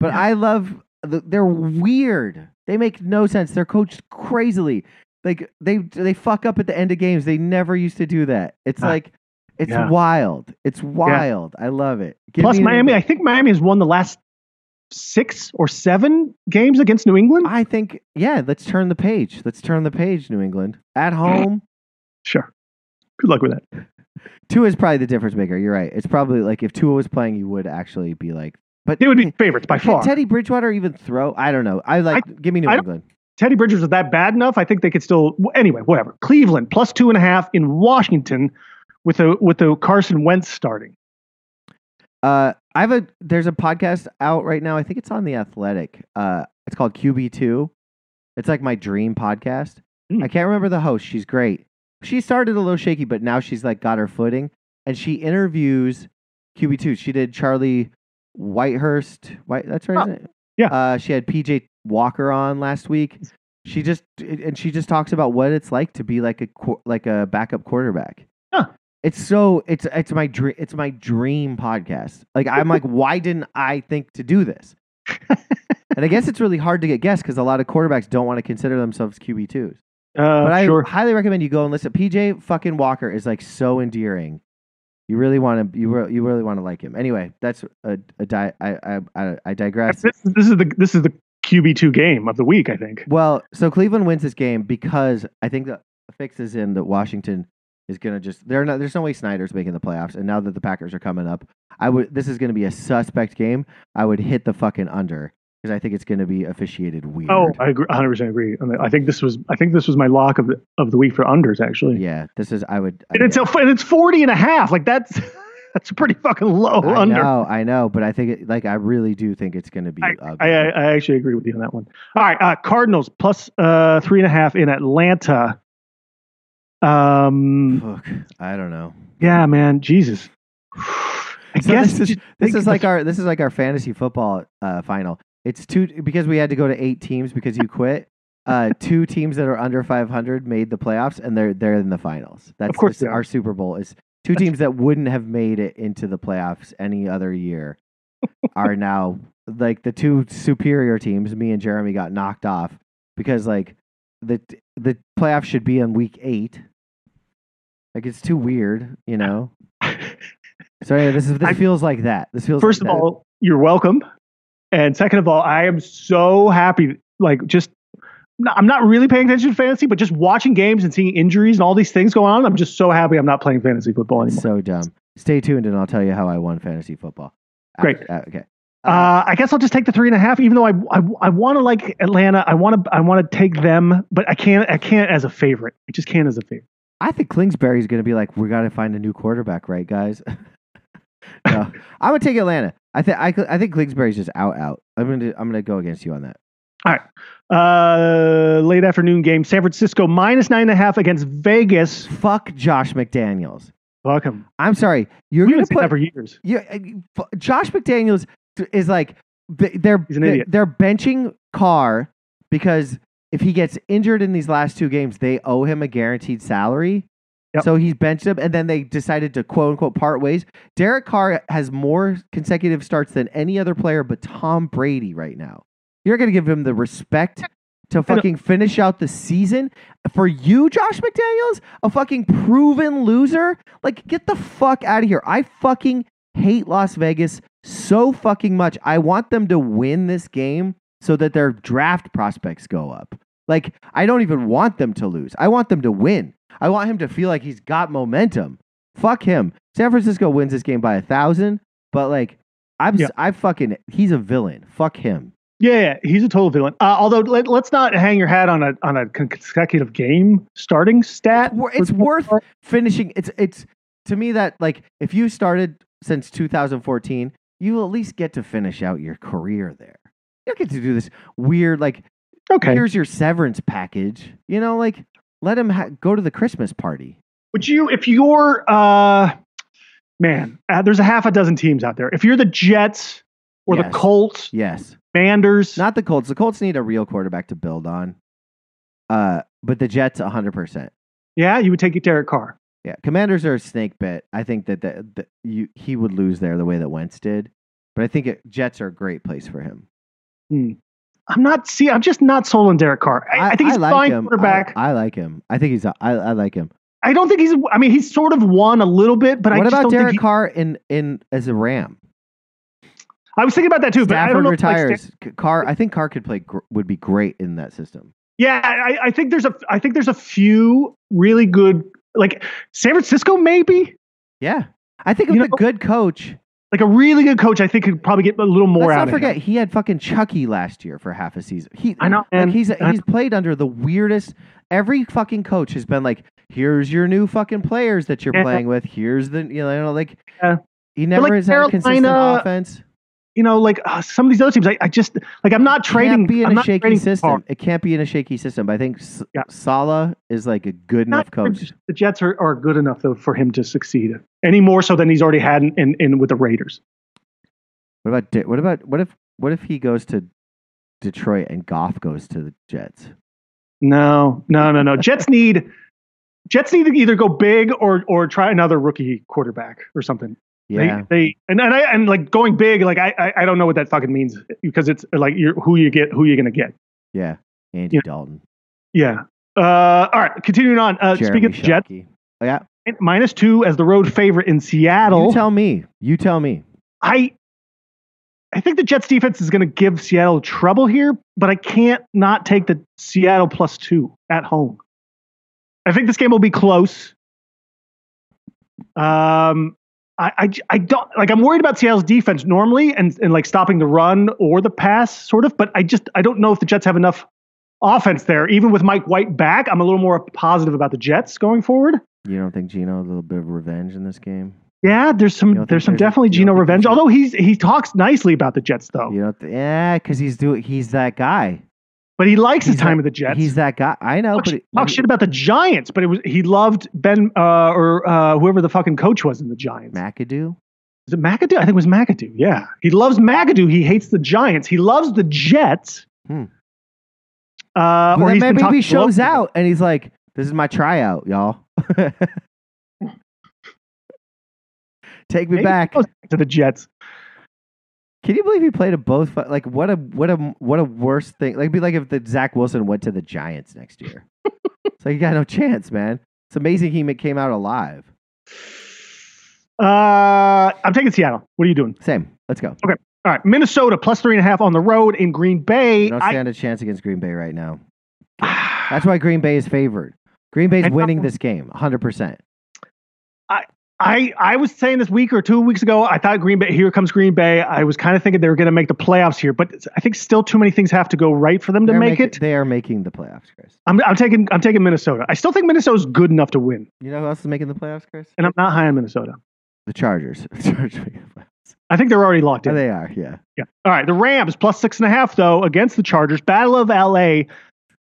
Speaker 1: but
Speaker 2: Yeah.
Speaker 1: I love. th- They're weird. They make no sense. They're coached crazily. Like they they fuck up at the end of games. They never used to do that. It's
Speaker 2: Ah,
Speaker 1: like it's
Speaker 2: yeah.
Speaker 1: wild. It's wild. I love it. Give
Speaker 2: Plus
Speaker 1: me New
Speaker 2: Miami. I
Speaker 1: England.
Speaker 2: think Miami has won the last six or seven games against New England.
Speaker 1: I think yeah. Let's turn the page. Let's turn the page. New England at home.
Speaker 2: Sure. Good luck with that.
Speaker 1: Tua is probably the difference maker. You're right. It's probably like if Tua was playing, you would actually be like, but
Speaker 2: They
Speaker 1: <laughs>
Speaker 2: would be favorites by
Speaker 1: Can
Speaker 2: far.
Speaker 1: Teddy Bridgewater even throw? I don't know. I like give me New
Speaker 2: I don't-
Speaker 1: England.
Speaker 2: Teddy Bridgers was that bad enough. I think they could still. w- Anyway, whatever. Cleveland plus two and a half in Washington, with the with the Carson Wentz starting.
Speaker 1: Uh, I have a there's a podcast out right now. I think it's on the Athletic. Uh, it's called QB Two. It's like my dream podcast.
Speaker 2: Hmm.
Speaker 1: I can't remember the host. She's great. She started a little shaky, but now she's like got her footing, and she interviews QB Two. She did Charlie Whitehurst. White, that's right.
Speaker 2: Oh,
Speaker 1: isn't it?
Speaker 2: yeah.
Speaker 1: Uh, she had PJ Walker on last week. She just and she just talks about what it's like to be like a qu- like a backup quarterback.
Speaker 2: Huh.
Speaker 1: It's so it's it's my dream it's my dream podcast. Like I'm like why didn't I think to do this? and I guess it's really hard to get guests because a lot of quarterbacks don't want to consider themselves QB twos.
Speaker 2: Uh,
Speaker 1: But I <laughs>
Speaker 2: sure.
Speaker 1: highly recommend you go and listen. PJ fucking Walker is like so endearing. You really want to you re- you really want to like him. Anyway, that's a, a di- I, I I I digress.
Speaker 2: This, this is the this is the QB two game of the week. I think.
Speaker 1: Well, so Cleveland wins this game because I think the fix is in that Washington is going to just they're not there's no way Snyder's making the playoffs and now that the Packers are coming up, I would this is going to be a suspect game. I would hit the fucking under cuz I think it's going to be officiated weird.
Speaker 2: Oh, I agree, 100% agree. And I think this was I think this was my lock of the, of the week for unders actually.
Speaker 1: yeah, this is I would
Speaker 2: And it's a, and it's 40 and a half. Like that's <laughs> that's a pretty fucking low
Speaker 1: I
Speaker 2: under.
Speaker 1: know, I know, but I think it, like I really do think it's going to be ugly.
Speaker 2: I, I, I actually agree with you on that one. All right, uh, Cardinals plus uh, three and a half in Atlanta. Um,
Speaker 1: Fuck, I don't know.
Speaker 2: yeah, man, Jesus. I
Speaker 1: So
Speaker 2: guess
Speaker 1: this is
Speaker 2: you
Speaker 1: this
Speaker 2: think
Speaker 1: is like our this is like our fantasy football uh, final. It's two because we had to go to eight teams because you
Speaker 2: <laughs>
Speaker 1: quit. Uh, two teams that are under 500 made the playoffs, and they're they're in the finals. That's
Speaker 2: Of course
Speaker 1: this-
Speaker 2: they are.
Speaker 1: our Super Bowl is two teams that wouldn't have made it into the playoffs any other
Speaker 2: <laughs>
Speaker 1: year are now like the two superior teams. Me and Jeremy got knocked off because like the the playoffs should be in week eight. Like it's too weird, you
Speaker 2: <laughs>
Speaker 1: know. So anyway, this is this
Speaker 2: I-
Speaker 1: feels like that. This feels
Speaker 2: First
Speaker 1: like
Speaker 2: of
Speaker 1: that.
Speaker 2: all, you're welcome. And second of all, I am so happy. Like, just no, I'm not really paying attention to fantasy, but just watching games and seeing injuries and all these things going on. I'm just so happy I'm not playing fantasy football
Speaker 1: It's
Speaker 2: anymore.
Speaker 1: so dumb. Stay tuned, and I'll tell you how I won fantasy football. Uh,
Speaker 2: Great.
Speaker 1: uh, okay.
Speaker 2: uh, I guess I'll just take the three and a half, even though I I, I want to like Atlanta. I want to I want to take them, but I can't I can't as a favorite. I just can't as a favorite.
Speaker 1: I think Kingsbury's going to be like, we got to find a new quarterback, right, guys? <laughs> no, I would take Atlanta. I think I, cl- I think Kingsbury's just out out. I'm gonna I'm gonna go against you on that.
Speaker 2: Uh, late afternoon game, San Francisco minus nine and a half against Vegas.
Speaker 1: Fuck Josh McDaniels.
Speaker 2: Fuck him.
Speaker 1: I'm sorry. You're
Speaker 2: We've been
Speaker 1: gonna
Speaker 2: saying
Speaker 1: put
Speaker 2: that for years.
Speaker 1: Yeah, I mean, f- Josh McDaniels t- is like th- they're
Speaker 2: He's an
Speaker 1: they-
Speaker 2: idiot.
Speaker 1: they're benching Carr because if he gets injured in these last two games, they owe him a guaranteed salary.
Speaker 2: Yep.
Speaker 1: So he's benched him, and then they decided to quote unquote part ways. Derek Carr has more consecutive starts than any other player, but Tom Brady right now. You're going to give him the respect to fucking finish out the season for you, Josh McDaniels, a fucking proven loser. Like, get the fuck out of here. I fucking hate Las Vegas so fucking much. I want them to win this game so that their draft prospects go up. Like, I don't even want them to lose. I want them to win. I want him to feel like he's got momentum. Fuck him. San Francisco wins this game by a thousand, but like, I'm,
Speaker 2: Yeah.
Speaker 1: s I fucking, he's a villain. Fuck him.
Speaker 2: Yeah, yeah, he's a total villain. Uh, although let, let's not hang your hat on a on a con- consecutive game starting stat.
Speaker 1: Wor- It's worth finishing. It's, it's, to me, that like, if you started since 2014, you at least get to finish out your career there. You don't get to do this weird, like,
Speaker 2: okay.
Speaker 1: here's your severance package. You know, like let him ha- go to the Christmas party.
Speaker 2: Would you, if you're, uh, man, uh, there's a half a dozen teams out there. If you're the Jets or
Speaker 1: Yes.
Speaker 2: the Colts,
Speaker 1: Yes,
Speaker 2: Manders,
Speaker 1: not the Colts. The Colts need a real quarterback to build on. Uh, but the Jets, hundred percent.
Speaker 2: yeah, you would take Derek Carr.
Speaker 1: Yeah, Commanders are a snake bit. I think that the, the you he would lose there the way that Wentz did. But I think it, Jets are a great place for him.
Speaker 2: I'm not, see, I'm just not sold on Derek Carr. I, I, think he's a
Speaker 1: like
Speaker 2: fine
Speaker 1: him. I-
Speaker 2: quarterback. I,
Speaker 1: I, like him. I think he's. A, I, I like him.
Speaker 2: don't think he's, I mean, he's sort of won a little bit, but I
Speaker 1: what
Speaker 2: just
Speaker 1: about
Speaker 2: don't
Speaker 1: Derek
Speaker 2: think he-
Speaker 1: Carr in in as a Ram?
Speaker 2: I was thinking about that too, but I
Speaker 1: Stafford
Speaker 2: don't know. if, like,
Speaker 1: retires. C- Carr. I think Carr could play. Gr- would be great in that system.
Speaker 2: Yeah, I, I think there's a I think there's a few really good like San Francisco maybe
Speaker 1: Yeah. I think
Speaker 2: You
Speaker 1: with
Speaker 2: know-
Speaker 1: a good coach,
Speaker 2: like a really good coach. I think could probably get a little more
Speaker 1: let's
Speaker 2: out
Speaker 1: not
Speaker 2: of him.
Speaker 1: forget he had fucking Chucky last year for half a season. He
Speaker 2: I know,
Speaker 1: like
Speaker 2: man.
Speaker 1: he's
Speaker 2: I-
Speaker 1: he's played under the weirdest every fucking coach has been like, here's your new fucking players that you're
Speaker 2: Yeah.
Speaker 1: playing with. Here's the you know like
Speaker 2: Yeah.
Speaker 1: he never
Speaker 2: like,
Speaker 1: has had a consistent
Speaker 2: Carolina
Speaker 1: offense.
Speaker 2: You know, like uh, some of these other teams, I, I just like I'm not trading.
Speaker 1: can't be in
Speaker 2: I'm
Speaker 1: a
Speaker 2: not
Speaker 1: shaky
Speaker 2: trading
Speaker 1: system.
Speaker 2: Carr.
Speaker 1: It can't be in a shaky system. But I think S-
Speaker 2: Yeah.
Speaker 1: Sala is like a good
Speaker 2: Not
Speaker 1: enough coach.
Speaker 2: The Jets are, are good enough though for him to succeed any more so than he's already had in, in, in with the Raiders.
Speaker 1: What about De- what about what if what if he goes to Detroit and Goff goes to the Jets?
Speaker 2: No, no, no, no. Jets need Jets need to either go big or or try another rookie quarterback or something.
Speaker 1: Yeah.
Speaker 2: They, they and and I and like going big, like I, I I don't know what that fucking means because it's like you're who you get, who you're gonna get.
Speaker 1: yeah. Andy
Speaker 2: you
Speaker 1: Dalton.
Speaker 2: Yeah. Uh, all right. Continuing on. Uh, speaking
Speaker 1: Jeremy
Speaker 2: of the Jets,
Speaker 1: Shockey. Oh, yeah.
Speaker 2: minus two as the road favorite in Seattle.
Speaker 1: You tell me. You tell me.
Speaker 2: I I think the Jets defense is going to give Seattle trouble here, but I can't not take the Seattle plus two at home. I think this game will be close. Um, I, I, j- I don't like. I'm worried about Seattle's defense normally, and and like stopping the run or the pass, sort of. But I just I don't know if the Jets have enough offense there. Even with Mike White back, I'm a little more positive about the Jets going forward.
Speaker 1: You don't think Gino a little bit of revenge in this game?
Speaker 2: Yeah, there's
Speaker 1: You
Speaker 2: some
Speaker 1: don't think
Speaker 2: there's some
Speaker 1: there's a-
Speaker 2: definitely
Speaker 1: you don't
Speaker 2: Geno
Speaker 1: think
Speaker 2: revenge.
Speaker 1: there's a-
Speaker 2: Although he's he talks nicely about the Jets though.
Speaker 1: You don't th- yeah, because he's doing he's that guy.
Speaker 2: But he likes his
Speaker 1: He's
Speaker 2: time
Speaker 1: a-
Speaker 2: with the Jets.
Speaker 1: He's that guy. I know,
Speaker 2: talk,
Speaker 1: but it-
Speaker 2: talk shit about the Giants, but it was he loved Ben uh, or uh, whoever the fucking coach was in the
Speaker 1: <laughs>
Speaker 2: Giants.
Speaker 1: McAdoo.
Speaker 2: Is it McAdoo? I think it was McAdoo. Yeah, he loves McAdoo. He hates the Giants. He loves the Jets.
Speaker 1: Hmm.
Speaker 2: Uh,
Speaker 1: Well,
Speaker 2: or
Speaker 1: then
Speaker 2: he's been
Speaker 1: maybe
Speaker 2: talking
Speaker 1: he shows
Speaker 2: low-
Speaker 1: out and he's like, "This is my tryout, y'all. <laughs> Take me
Speaker 2: Maybe he
Speaker 1: back."
Speaker 2: goes to the Jets.
Speaker 1: Can you believe he played a both? fu- Like, what a what a what a worse thing. Like, it'd be like if the Zach Wilson went to the Giants next year. it's like you got no chance, man. It's amazing he ma- came out alive.
Speaker 2: Uh, I'm taking Seattle. What are you doing?
Speaker 1: Same. Let's go.
Speaker 2: All right, Minnesota plus three and a half on the road in Green Bay.
Speaker 1: You don't
Speaker 2: I- <sighs>
Speaker 1: stand a chance against Green Bay right now. That's why Green Bay is favored. Green Bay's
Speaker 2: And-
Speaker 1: winning this game, 100%.
Speaker 2: I, I was saying this week or two weeks ago, I thought Green Bay, here comes Green Bay. I was kind of thinking they were going to make the playoffs here, but I think still too many things have to go right for them to
Speaker 1: They're
Speaker 2: make
Speaker 1: making-
Speaker 2: it.
Speaker 1: They are making the playoffs, Chris.
Speaker 2: I'm, I'm taking I'm taking Minnesota. I still think Minnesota's good enough to win,
Speaker 1: You know who else is making the playoffs, Chris?
Speaker 2: and I'm not high on Minnesota.
Speaker 1: The Chargers. <laughs> The Chargers are making the playoffs.
Speaker 2: I think they're already locked
Speaker 1: Oh,
Speaker 2: in.
Speaker 1: they are, yeah.
Speaker 2: yeah. All right, the Rams plus six and a half though against the Chargers. Battle of L.A.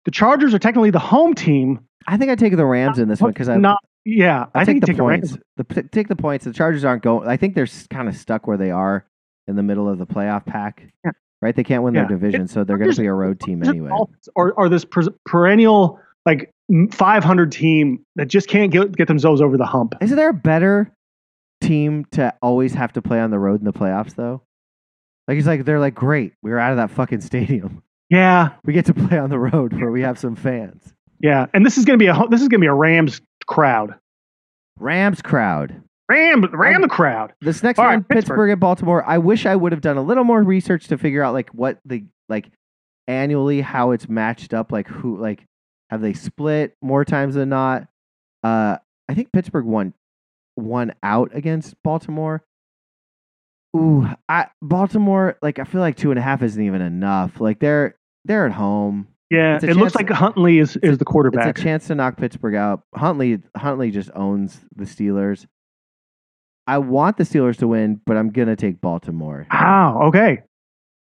Speaker 2: The Chargers are technically the home team.
Speaker 1: I think I take the Rams in this one because I,
Speaker 2: not yeah.
Speaker 1: I,
Speaker 2: I,
Speaker 1: take
Speaker 2: think
Speaker 1: the
Speaker 2: you take
Speaker 1: points.
Speaker 2: Rams.
Speaker 1: The, p- take the points. The Chargers aren't going. I think they're kind of stuck where they are in the middle of the playoff pack.
Speaker 2: Yeah.
Speaker 1: Right? They can't win
Speaker 2: Yeah.
Speaker 1: their division, so they're going
Speaker 2: Chargers-
Speaker 1: to be a road team anyway.
Speaker 2: Or or this per- perennial like 500 team that just can't get get themselves over the hump.
Speaker 1: Isn't there a better team to always have to play on the road in the playoffs though? Like it's like they're like, great, we were out of that fucking stadium. <laughs>
Speaker 2: Yeah,
Speaker 1: We get to play on the road where we have some fans.
Speaker 2: yeah. And this is gonna be a ho- this is gonna be a Rams crowd.
Speaker 1: Rams crowd.
Speaker 2: Ram Ram
Speaker 1: Um,
Speaker 2: the crowd.
Speaker 1: This next
Speaker 2: All right,
Speaker 1: one, Pittsburgh.
Speaker 2: Pittsburgh
Speaker 1: and Baltimore. I wish I would have done a little more research to figure out like what the like annually how it's matched up. Like who like have they split more times than not? Uh, I think Pittsburgh won won out against Baltimore. Ooh, I Baltimore like I feel like two and a half isn't even enough. Like they're they're at home.
Speaker 2: Yeah,
Speaker 1: It's
Speaker 2: it
Speaker 1: a
Speaker 2: looks
Speaker 1: chance-
Speaker 2: like Huntley is
Speaker 1: a-
Speaker 2: is the quarterback.
Speaker 1: It's a chance to knock Pittsburgh out. Huntley Huntley just owns the Steelers. I want the Steelers to win, but I'm gonna take Baltimore.
Speaker 2: Wow. Okay.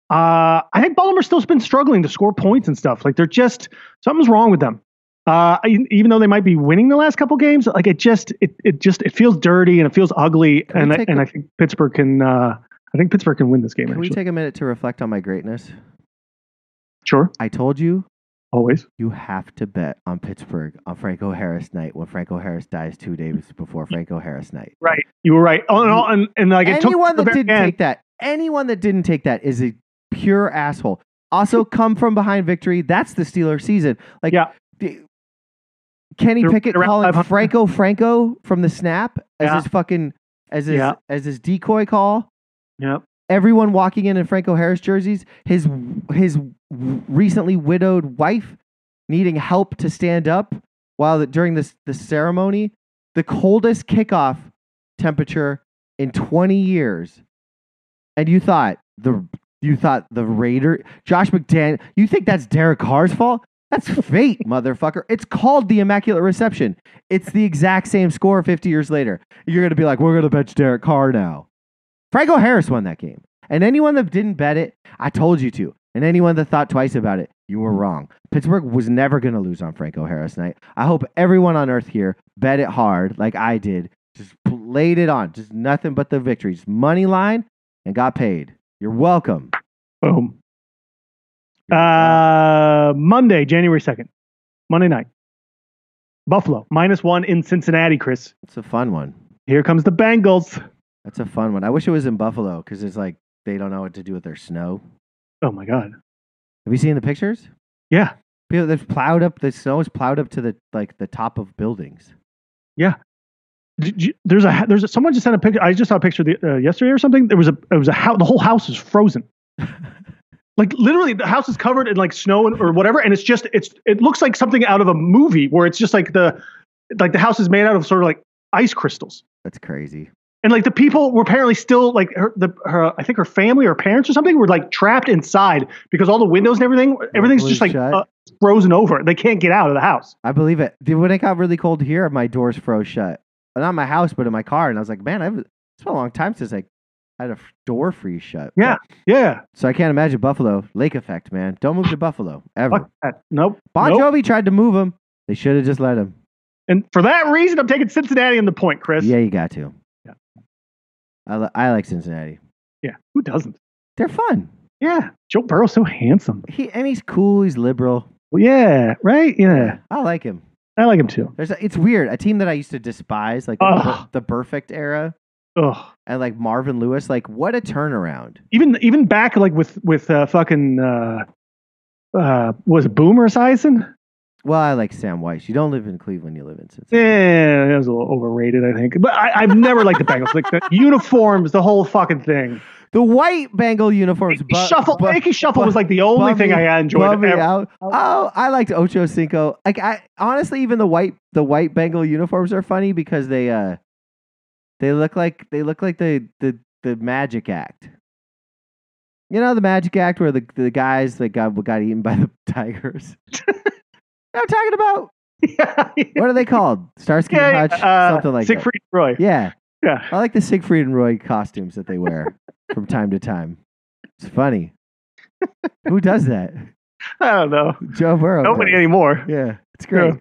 Speaker 2: Uh, I think Baltimore's still been struggling to score points and stuff. Like they're just something's wrong with them. Uh, I- even though they might be winning the last couple games, like it just it it just it feels dirty and it feels ugly.
Speaker 1: we
Speaker 2: and I,
Speaker 1: take
Speaker 2: and
Speaker 1: a-
Speaker 2: I think Pittsburgh can uh, I think Pittsburgh can win this game.
Speaker 1: Can we
Speaker 2: Actually,
Speaker 1: take a minute to reflect on my greatness?
Speaker 2: sure,
Speaker 1: I told you
Speaker 2: always.
Speaker 1: you have to bet on Pittsburgh on Franco Harris night when Franco Harris dies two days before Franco Harris night.
Speaker 2: Right, you were right. Oh, and, all- and, and like it took
Speaker 1: anyone
Speaker 2: the
Speaker 1: that
Speaker 2: very
Speaker 1: didn't
Speaker 2: end.
Speaker 1: take that, anyone that didn't take that is a pure asshole.
Speaker 2: <laughs>
Speaker 1: Also, come from behind victory. That's the Steeler season. Like,
Speaker 2: Yeah.
Speaker 1: the- Kenny
Speaker 2: They're
Speaker 1: Pickett
Speaker 2: around
Speaker 1: calling
Speaker 2: 500.
Speaker 1: Franco Franco from the snap as
Speaker 2: Yeah.
Speaker 1: his fucking as his
Speaker 2: Yeah.
Speaker 1: as his decoy call.
Speaker 2: Yep.
Speaker 1: Everyone walking in in Franco Harris jerseys. His his recently widowed wife needing help to stand up while the, during this the ceremony. The coldest kickoff temperature in 20 years and you thought the you thought the Raider Josh McDaniel you think that's Derek Carr's fault? That's fate, <laughs> motherfucker. It's called the Immaculate Reception. It's the exact same score 50 years later. You're gonna be like, we're gonna bench Derek Carr now. Franco Harris won that game. And anyone that didn't bet it, I told you to. And anyone that thought twice about it, you were wrong. Pittsburgh was never gonna lose on Franco Harris night. I hope everyone on earth here bet it hard like I did. Just played it on. Just nothing but the victories. Money line and got paid. You're welcome.
Speaker 2: Boom. Uh, Monday, Uh, January second. Monday night. Buffalo minus one in Cincinnati. Chris,
Speaker 1: It's a fun one.
Speaker 2: here comes the Bengals.
Speaker 1: That's a fun one. I wish it was in Buffalo because it's like they don't know what to do with their snow.
Speaker 2: Oh my God.
Speaker 1: Have you seen the pictures?
Speaker 2: Yeah.
Speaker 1: People they've plowed up the snow is plowed up to the like the top of buildings.
Speaker 2: Did you- there's a there's a, someone just sent a picture. I just saw a picture the, uh, yesterday or something. There was a it was a house. The whole house is frozen. like literally, the house is covered in like snow and, or whatever, and it's just it's it looks like something out of a movie where it's just like the like the house is made out of sort of like ice crystals.
Speaker 1: That's crazy.
Speaker 2: And like the people were apparently still like her, the her I think her family or parents or something were like trapped inside because all the windows and everything everything's
Speaker 1: blew
Speaker 2: just like
Speaker 1: shut.
Speaker 2: uh, frozen over. They can't get out of the house.
Speaker 1: I believe it. Dude, when it got really cold here, my doors froze shut. Uh, Not in my house, but in my car. And I was like, man, I've, it's been a long time since I had a f- door freeze shut.
Speaker 2: Yeah. Yeah,
Speaker 1: So I can't imagine Buffalo. Lake effect, man. Don't move to Buffalo ever.
Speaker 2: fuck that. Nope.
Speaker 1: Bon
Speaker 2: nope.
Speaker 1: Jovi tried to move him. They should have just let him.
Speaker 2: And for that reason, I'm taking Cincinnati in the point, Chris.
Speaker 1: Yeah, you got to.
Speaker 2: Yeah.
Speaker 1: I, li- I like Cincinnati.
Speaker 2: Yeah, who doesn't?
Speaker 1: They're fun.
Speaker 2: Yeah, Joe Burrow's so handsome.
Speaker 1: He and he's cool. He's liberal.
Speaker 2: Well, yeah, right. Yeah,
Speaker 1: I like him.
Speaker 2: I like him too.
Speaker 1: There's a, it's weird. A team that I used to despise, like the,
Speaker 2: Ugh.
Speaker 1: the perfect era,
Speaker 2: Ugh.
Speaker 1: and like Marvin Lewis. Like what a turnaround.
Speaker 2: Even even back like with with uh, fucking uh, uh, was it Boomer Esiason?
Speaker 1: Well, I like Sam Weiss. You don't live in Cleveland. You live in Cincinnati.
Speaker 2: Yeah, Eh, that was a little overrated, I think. But I, I've never liked the Bengals. Like the uniforms, the whole fucking thing.
Speaker 1: The white Bengal uniforms.
Speaker 2: Icky
Speaker 1: bu-
Speaker 2: Shuffle,
Speaker 1: <laughs> bu-
Speaker 2: Icky Shuffle
Speaker 1: bu-
Speaker 2: was like the only
Speaker 1: bum
Speaker 2: thing
Speaker 1: me-
Speaker 2: I enjoyed.
Speaker 1: bum me
Speaker 2: ever.
Speaker 1: out. Oh, I liked Ocho Cinco. Like I honestly, even the white the white Bengal uniforms are funny because they uh they look like they look like the the the Magic Act. You know the Magic Act where the the guys that got got eaten by the <laughs>
Speaker 2: <laughs>
Speaker 1: tigers. I'm talking about
Speaker 2: <laughs> yeah, yeah,
Speaker 1: what are they called? Starsky and Hutch,
Speaker 2: uh,
Speaker 1: something like
Speaker 2: Siegfried Roy.
Speaker 1: that. Yeah,
Speaker 2: yeah.
Speaker 1: I like the Siegfried and Roy costumes that they wear from time to time. It's funny. Who does that?
Speaker 2: I don't know.
Speaker 1: Joe Burrow.
Speaker 2: Nobody
Speaker 1: does.
Speaker 2: anymore.
Speaker 1: Yeah, it's
Speaker 2: Yeah.
Speaker 1: great.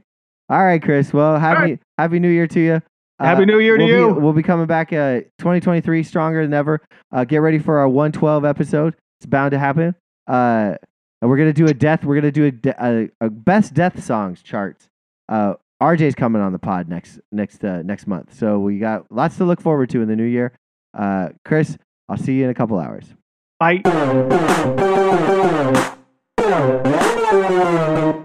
Speaker 1: All right, Chris. Well, happy happy New Year to you. Uh,
Speaker 2: Happy New Year to
Speaker 1: we'll
Speaker 2: you.
Speaker 1: Be, we'll be coming back uh, 2023 stronger than ever. Uh, get ready for our 112 episode. It's bound to happen. Uh, and we're gonna do a death. We're gonna do a, de- a, a best death songs charts. Uh, RJ's coming on the pod next next uh, next month, so we got lots to look forward to in the new year. Uh, Chris, I'll see you in a couple hours.
Speaker 2: Bye.
Speaker 3: Thank you.